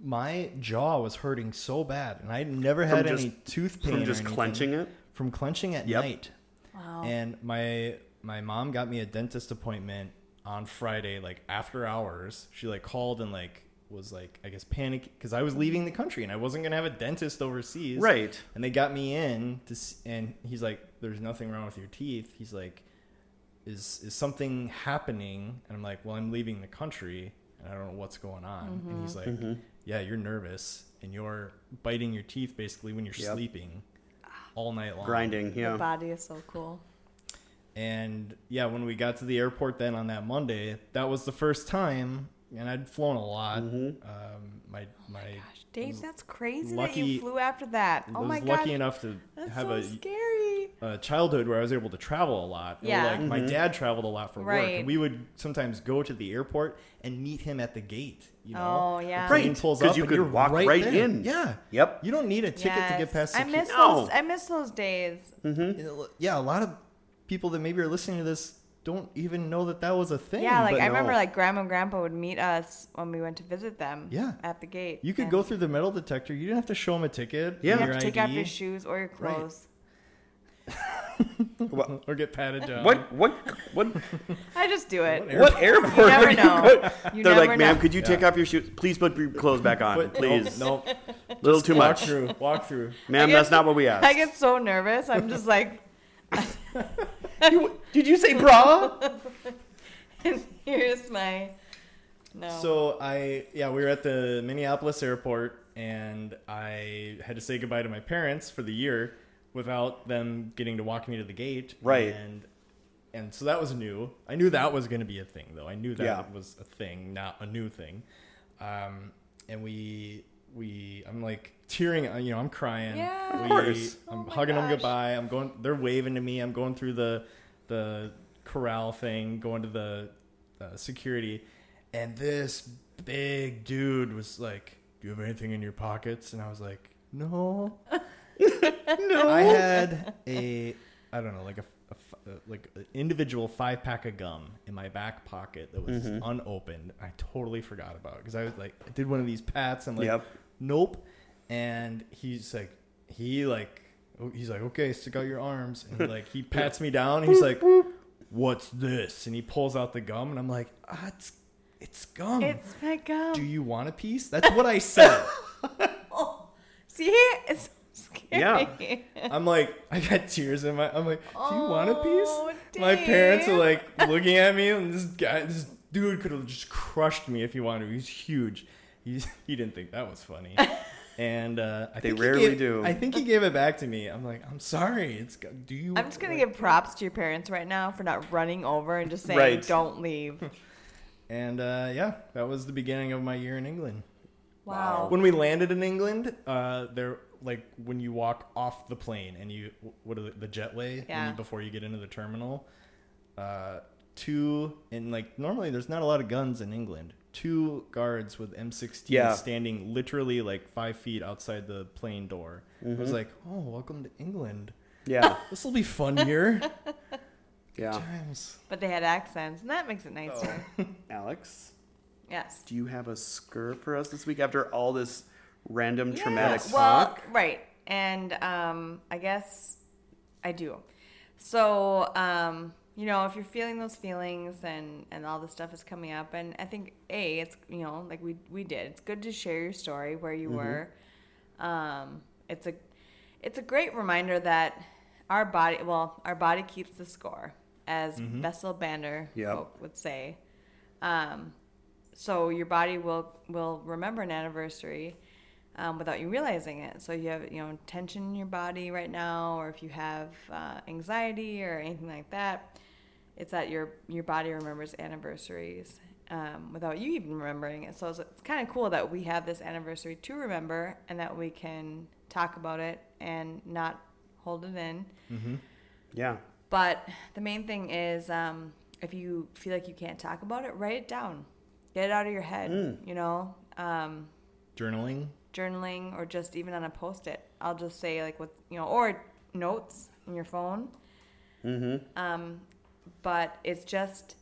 Speaker 3: my jaw was hurting so bad. And I never
Speaker 1: From
Speaker 3: had
Speaker 1: just-
Speaker 3: any tooth pain.
Speaker 1: from
Speaker 3: or
Speaker 1: just
Speaker 3: anything.
Speaker 1: clenching it.
Speaker 3: From clenching at
Speaker 1: Yep.
Speaker 3: night.
Speaker 2: Wow.
Speaker 3: And my my mom got me a dentist appointment on Friday, like after hours. She like called and like was like I guess panic because I was leaving the country and I wasn't gonna have a dentist overseas.
Speaker 1: Right.
Speaker 3: And they got me in to s and he's like, "There's nothing wrong with your teeth." He's like, "Is is something happening?" And I'm like, "Well, I'm leaving the country and I don't know what's going on." And he's like, "Yeah, you're nervous and you're biting your teeth basically when you're
Speaker 1: Yep.
Speaker 3: sleeping all night long."
Speaker 1: Grinding.
Speaker 3: um,
Speaker 2: The
Speaker 1: Yeah.
Speaker 2: body is so cool.
Speaker 3: And yeah, when we got to the airport then on that Monday, that was the first time, and I'd flown a lot.
Speaker 1: Mm-hmm.
Speaker 3: Um, my my,
Speaker 2: Oh Gosh, Dave, that's crazy that
Speaker 3: lucky-
Speaker 2: you flew after that.
Speaker 3: I
Speaker 2: Oh
Speaker 3: was
Speaker 2: my
Speaker 3: lucky
Speaker 2: gosh,
Speaker 3: enough to
Speaker 2: that's
Speaker 3: have
Speaker 2: so
Speaker 3: a,
Speaker 2: scary.
Speaker 3: a childhood where I was able to travel a lot. And we're
Speaker 2: Yeah.
Speaker 3: like my
Speaker 1: Mm-hmm.
Speaker 3: dad traveled a lot for work,
Speaker 2: Right.
Speaker 3: and we would sometimes go to the airport and meet him at the gate. You know,
Speaker 2: Oh, yeah.
Speaker 3: The plane
Speaker 1: Right,
Speaker 3: pulls
Speaker 1: 'cause
Speaker 3: up
Speaker 1: you
Speaker 3: and
Speaker 1: could
Speaker 3: you're
Speaker 1: walk
Speaker 3: right,
Speaker 1: right
Speaker 3: there.
Speaker 1: in.
Speaker 3: Yeah.
Speaker 1: Yep.
Speaker 3: You don't need a ticket to get
Speaker 2: Yes.
Speaker 3: past.
Speaker 2: I
Speaker 3: secu-
Speaker 2: miss
Speaker 1: No.
Speaker 2: those. I miss those days.
Speaker 1: Mm-hmm.
Speaker 3: Yeah, a lot of people that maybe are listening to this don't even know that that was a thing.
Speaker 2: Yeah, like
Speaker 3: but
Speaker 2: I remember,
Speaker 1: no.
Speaker 2: like grandma and grandpa would meet us when we went to visit them.
Speaker 3: Yeah.
Speaker 2: at the gate.
Speaker 3: You could
Speaker 2: and
Speaker 3: go through the metal detector. You didn't have to show them a ticket.
Speaker 1: Yeah.
Speaker 2: You
Speaker 1: through
Speaker 2: have
Speaker 3: your
Speaker 2: to take off
Speaker 3: ID,
Speaker 2: your shoes or your
Speaker 3: Right.
Speaker 2: clothes.
Speaker 1: What?
Speaker 3: or get patted down.
Speaker 1: What? What? What?
Speaker 2: I just do it.
Speaker 3: What
Speaker 1: What airport?
Speaker 2: You never
Speaker 1: are you
Speaker 2: know.
Speaker 1: going-
Speaker 3: [laughs]
Speaker 2: You
Speaker 1: They're
Speaker 2: never
Speaker 1: like, ma'am,
Speaker 2: know."
Speaker 1: could you take
Speaker 3: Yeah.
Speaker 1: off your shoes? Please put your clothes back on,
Speaker 3: But-
Speaker 1: please.
Speaker 2: [laughs]
Speaker 3: Nope. nope.
Speaker 1: A little too
Speaker 3: walk
Speaker 1: much,
Speaker 3: through. Walk through.
Speaker 1: ma'am.
Speaker 2: I get-
Speaker 1: That's not what we asked.
Speaker 2: I get so nervous. I'm just like, [laughs]
Speaker 1: You- did you say bra?
Speaker 2: here's my no.
Speaker 3: So I yeah, we were at the Minneapolis airport and I had to say goodbye to my parents for the year. without them getting to walk me to the gate.
Speaker 1: Right.
Speaker 3: And and so that was new. I knew that was going to be a thing, though. I knew that
Speaker 1: Yeah.
Speaker 3: was a thing, not a new thing. Um, and we we I'm like tearing, uh, you know, I'm crying.
Speaker 2: Yeah. Of
Speaker 3: We-
Speaker 1: course.
Speaker 3: I'm
Speaker 2: Oh my
Speaker 3: hugging them
Speaker 2: gosh.
Speaker 3: goodbye. I'm going. They're waving to me. I'm going through the the corral thing, going to the uh, security, and this big dude was like, "Do you have anything in your pockets?" And I was like, "No." I had a I don't know like a, a f- uh, like an individual five pack of gum in my back pocket that was unopened. I totally forgot about it because I was like I did one of these pats. I'm like
Speaker 1: Yep.
Speaker 3: nope, and he's like he like oh, he's like okay stick out your arms and he like he pats me down. And he's like what's this and he pulls out the gum and I'm like ah it's it's gum.
Speaker 2: It's my gum.
Speaker 3: Do you want a piece? That's what I said.
Speaker 2: Oh, see, it's so scary. [laughs] Yeah.
Speaker 3: I'm like, I got tears in my. I'm like, do you want a piece?
Speaker 2: Oh,
Speaker 3: My parents are
Speaker 2: Dave.
Speaker 3: like looking at me, and this guy, this dude could have just crushed me if he wanted. to. He's huge. He [laughs] he didn't think that was funny, and uh, I
Speaker 1: They
Speaker 3: think he
Speaker 1: rarely
Speaker 3: gave-
Speaker 1: do.
Speaker 3: I think he gave it back to me. I'm like, I'm sorry. It's go- do you?
Speaker 2: I'm just gonna
Speaker 3: like-"
Speaker 2: give props to your parents right now for not running over and just saying,
Speaker 1: Right.
Speaker 2: "Don't leave."
Speaker 3: And uh, yeah, that was the beginning of my year in England.
Speaker 2: Wow.
Speaker 3: When we landed in England, uh, there like when you walk off the plane and you what are the, the jetway when
Speaker 2: Yeah.
Speaker 3: you- before you get into the terminal, uh, two and like normally there's not a lot of guns in England. Two guards with M16
Speaker 1: Yeah.
Speaker 3: standing literally like five feet outside the plane door. I
Speaker 1: Mm-hmm.
Speaker 3: was like, oh, welcome to England.
Speaker 1: [laughs] Yeah.
Speaker 3: This will be fun here.
Speaker 1: [laughs] Yeah.
Speaker 3: Times.
Speaker 2: But they had accents, and that makes it nicer.
Speaker 1: Alex,
Speaker 2: Yes.
Speaker 1: do you have a skirt for us this week after all this random traumatic
Speaker 2: Yeah, well,
Speaker 1: talk?
Speaker 2: Right. And um, I guess I do. So, um, you know, if you're feeling those feelings and, and all this stuff is coming up, and I think, A, it's, you know, like we, we did, it's good to share your story where you were. Um, it's a it's a great reminder that our body, well, our body keeps the score, as Bessel van der
Speaker 1: Yep.
Speaker 2: Kolk would say. Um, so your body will will remember an anniversary um, without you realizing it. So you have you know tension in your body right now, or if you have uh, anxiety or anything like that, it's that your your body remembers anniversaries um, without you even remembering it. So it's, it's kind of cool that we have this anniversary to remember, and that we can talk about it and not hold it in.
Speaker 1: Yeah.
Speaker 2: But the main thing is um, if you feel like you can't talk about it, write it down. Get it out of your head, you know? Um,
Speaker 3: Journaling.
Speaker 2: journaling or just even on a post it. I'll just say, like, what, you know, or notes in your phone. Mm-hmm. Um, but it's just,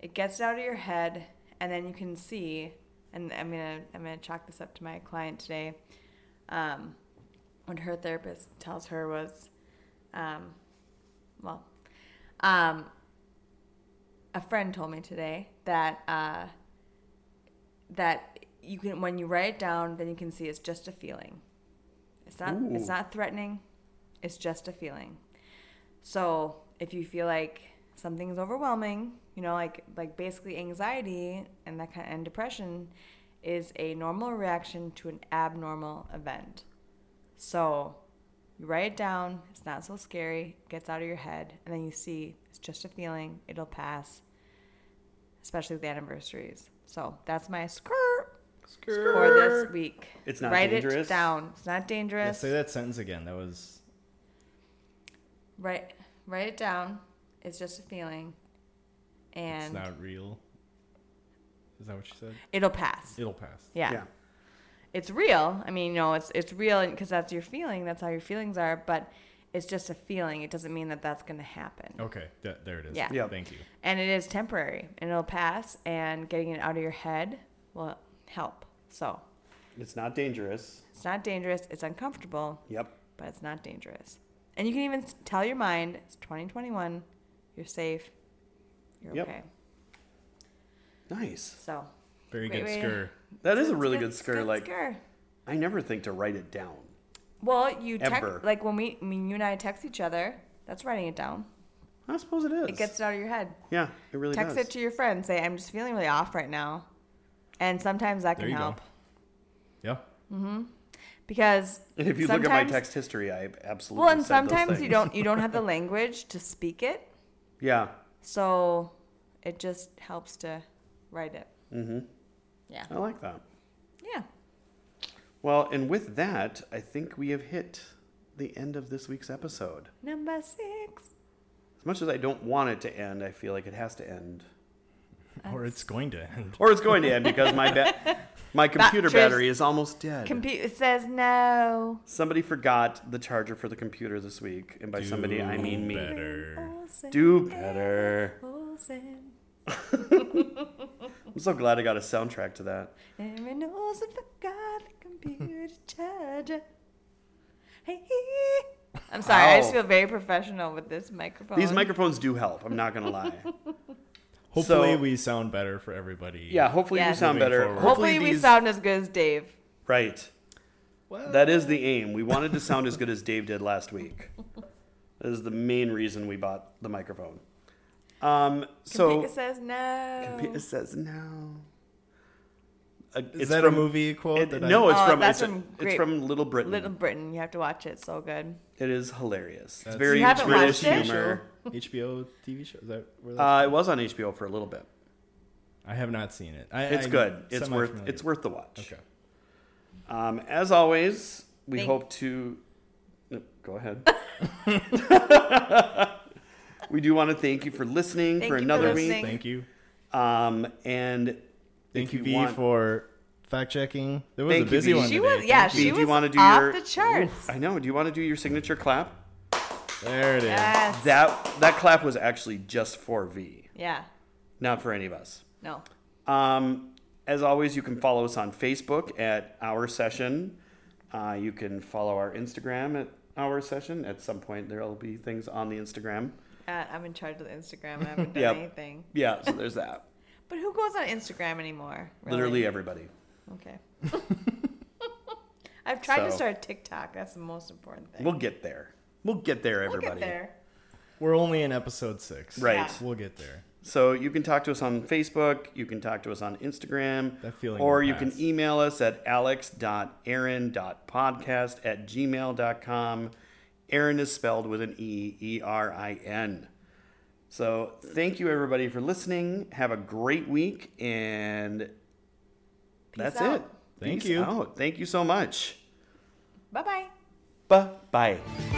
Speaker 2: it gets it out of your head and then you can see. And I'm gonna I'm gonna chalk this up to my client today. Um, what her therapist tells her was, um, well, um, a friend told me today that uh, that you can when you write it down, then you can see it's just a feeling. It's not. It's
Speaker 1: Ooh.
Speaker 2: not threatening. It's just a feeling. So if you feel like something's overwhelming, you know, like like basically anxiety and that kind and depression is a normal reaction to an abnormal event. So you write it down, it's not so scary, it gets out of your head, and then you see it's just a feeling, it'll pass. Especially with anniversaries. So that's my skirt for this week.
Speaker 1: It's not
Speaker 2: write
Speaker 1: dangerous.
Speaker 2: it down. It's not
Speaker 3: Yeah,
Speaker 2: dangerous.
Speaker 3: say that sentence again. That was
Speaker 2: Write write it down. It's just a feeling.
Speaker 3: it's
Speaker 2: And
Speaker 3: not real. Is that what you said?
Speaker 2: it'll pass.
Speaker 3: It'll pass.
Speaker 2: Yeah.
Speaker 1: Yeah.
Speaker 2: It's real. I mean, you know, it's it's real because that's your feeling. That's how your feelings are, but it's just a feeling. It doesn't mean that that's going to happen.
Speaker 3: Okay, th- there it is.
Speaker 2: Yeah.
Speaker 1: Yeah.
Speaker 3: Thank you.
Speaker 2: and it is temporary and it'll pass and getting it out of your head will help so
Speaker 1: It's not dangerous.
Speaker 2: it's not dangerous it's uncomfortable
Speaker 1: Yep.
Speaker 2: but it's not dangerous and you can even s- tell your mind it's 2021 you're safe you're
Speaker 1: Yep.
Speaker 2: okay
Speaker 1: Nice.
Speaker 2: so
Speaker 3: Very
Speaker 2: Great
Speaker 3: good
Speaker 2: way to-
Speaker 3: skur.
Speaker 1: That is a
Speaker 2: it's
Speaker 1: really good
Speaker 2: it's
Speaker 1: skirt. Like
Speaker 2: scare.
Speaker 1: I never think to write it down.
Speaker 2: well you
Speaker 1: Ever.
Speaker 2: text like when we I mean you and i text each other that's writing it down
Speaker 1: I suppose it is.
Speaker 2: it gets it out of your head
Speaker 1: yeah, it really
Speaker 2: text
Speaker 1: does.
Speaker 2: it to your friend say i'm just feeling really off right now and sometimes that
Speaker 3: There
Speaker 2: can
Speaker 3: you go.
Speaker 2: help
Speaker 3: Yeah.
Speaker 2: because
Speaker 1: And [laughs] [laughs] if you look at my
Speaker 2: sometimes-
Speaker 1: text history, I absolutely
Speaker 2: well, and
Speaker 1: said those
Speaker 2: sometimes you
Speaker 1: things.
Speaker 2: don't you don't
Speaker 1: [laughs]
Speaker 2: have the language to speak it,
Speaker 1: Yeah,
Speaker 2: so it just helps to write it. Mm-hmm. Yeah.
Speaker 1: I like that.
Speaker 2: Yeah.
Speaker 1: Well, and with that, I think we have hit the end of this week's episode.
Speaker 2: Number six.
Speaker 1: As much as I don't want it to end, I feel like it has to end.
Speaker 3: Or it's going to end.
Speaker 1: Or it's going to end because my
Speaker 2: [laughs]
Speaker 1: ba- my computer
Speaker 2: Batteries.
Speaker 1: battery is almost dead.
Speaker 2: Computer says no.
Speaker 1: somebody forgot the charger for the computer this week, and by
Speaker 3: Do
Speaker 1: somebody I mean me.
Speaker 3: Better.
Speaker 2: Olsen,
Speaker 1: Do better.
Speaker 2: Olsen,
Speaker 1: I'm so glad I got a soundtrack to that.
Speaker 2: Aaron Olsen forgot the
Speaker 1: [laughs]
Speaker 2: computer charger. Hey. I'm sorry. I just
Speaker 1: Ow.
Speaker 2: feel very professional with this microphone.
Speaker 1: These microphones do help. I'm not gonna
Speaker 2: [laughs]
Speaker 1: lie.
Speaker 3: Hopefully,
Speaker 1: So-
Speaker 3: we sound better for everybody.
Speaker 1: Yeah, hopefully
Speaker 2: Yes.
Speaker 1: you sound
Speaker 3: Moving
Speaker 1: better.
Speaker 3: forward.
Speaker 2: Hopefully, we
Speaker 1: these-
Speaker 2: sound as good as Dave.
Speaker 1: right.
Speaker 3: Well,
Speaker 1: That is the aim. We wanted to sound as good as Dave did last week. That is the main reason we bought the microphone. Um, so
Speaker 2: Computer says no.
Speaker 1: Computer says no. Uh,
Speaker 3: is
Speaker 1: it's
Speaker 3: that
Speaker 1: from-
Speaker 3: a movie quote?
Speaker 1: It,
Speaker 3: that
Speaker 1: no,
Speaker 3: I,
Speaker 1: it's
Speaker 2: Oh,
Speaker 1: from
Speaker 2: that's
Speaker 1: it's,
Speaker 2: from
Speaker 1: it's
Speaker 2: Great-
Speaker 1: from Little Britain.
Speaker 2: Little Britain, you have to watch it. It's so good.
Speaker 1: It is hilarious. It's
Speaker 3: That's-
Speaker 1: very
Speaker 2: You haven't
Speaker 1: British
Speaker 2: watched it?
Speaker 1: humor.
Speaker 3: HBO TV show. Is that where that's
Speaker 1: Uh, it was on HBO for a little bit.
Speaker 3: I have not seen it. I,
Speaker 1: It's
Speaker 3: I'm
Speaker 1: good. It's worth
Speaker 3: semi-familiar.
Speaker 1: it's worth the watch.
Speaker 3: Okay.
Speaker 1: Um, as always, we
Speaker 2: Thank-
Speaker 1: hope to. no, Go
Speaker 2: [laughs]
Speaker 1: ahead. [laughs] we do want to thank you for listening
Speaker 2: Thank
Speaker 1: for
Speaker 2: you for
Speaker 1: another
Speaker 2: listening.
Speaker 1: week.
Speaker 3: Thank you.
Speaker 1: Um, and
Speaker 3: Thank
Speaker 1: if
Speaker 3: you, V,
Speaker 1: want-
Speaker 3: for fact checking. There was
Speaker 1: Thank you,
Speaker 3: a busy
Speaker 1: V.
Speaker 3: one.
Speaker 2: She
Speaker 3: today.
Speaker 2: was, yeah,
Speaker 3: Thank
Speaker 1: you.
Speaker 2: she
Speaker 1: Do
Speaker 2: was
Speaker 1: you wanna do
Speaker 2: off
Speaker 1: your-
Speaker 2: the charts.
Speaker 1: I know. Do you want to do your signature clap?
Speaker 3: you. There it is.
Speaker 2: Yes.
Speaker 1: That that clap was actually just for V,
Speaker 2: yeah.
Speaker 1: not for any of us.
Speaker 2: No.
Speaker 1: Um, as always, you can follow us on Facebook at Our Session. Uh, you can follow our Instagram at Our Session. At some point, there will be things on the Instagram.
Speaker 2: Uh, I'm in charge of the Instagram. I [laughs] haven't done
Speaker 1: Yep.
Speaker 2: anything.
Speaker 1: Yeah, so there's that.
Speaker 2: But who goes on Instagram anymore? [laughs] really?
Speaker 1: Literally everybody.
Speaker 2: [laughs] Okay. I've tried to
Speaker 1: So-
Speaker 2: start TikTok. That's the most important thing.
Speaker 1: We'll get there. We'll get there,
Speaker 2: We'll
Speaker 1: everybody.
Speaker 2: get there.
Speaker 3: We're only in episode six.
Speaker 1: Right.
Speaker 2: Yeah.
Speaker 3: We'll get there.
Speaker 1: So you can talk to us on Facebook. You can talk to us on Instagram.
Speaker 3: That feeling
Speaker 1: or
Speaker 3: will
Speaker 1: you
Speaker 3: pass.
Speaker 1: can email us at alex.aaron.podcast at gmail.com. Aaron is spelled with an E, E R I N. So thank you, everybody, for listening. Have a great week. And that's
Speaker 2: out.
Speaker 1: it.
Speaker 3: Thank
Speaker 1: Peace
Speaker 3: you.
Speaker 1: out. Thank you so much.
Speaker 2: Bye bye.
Speaker 1: Bye bye.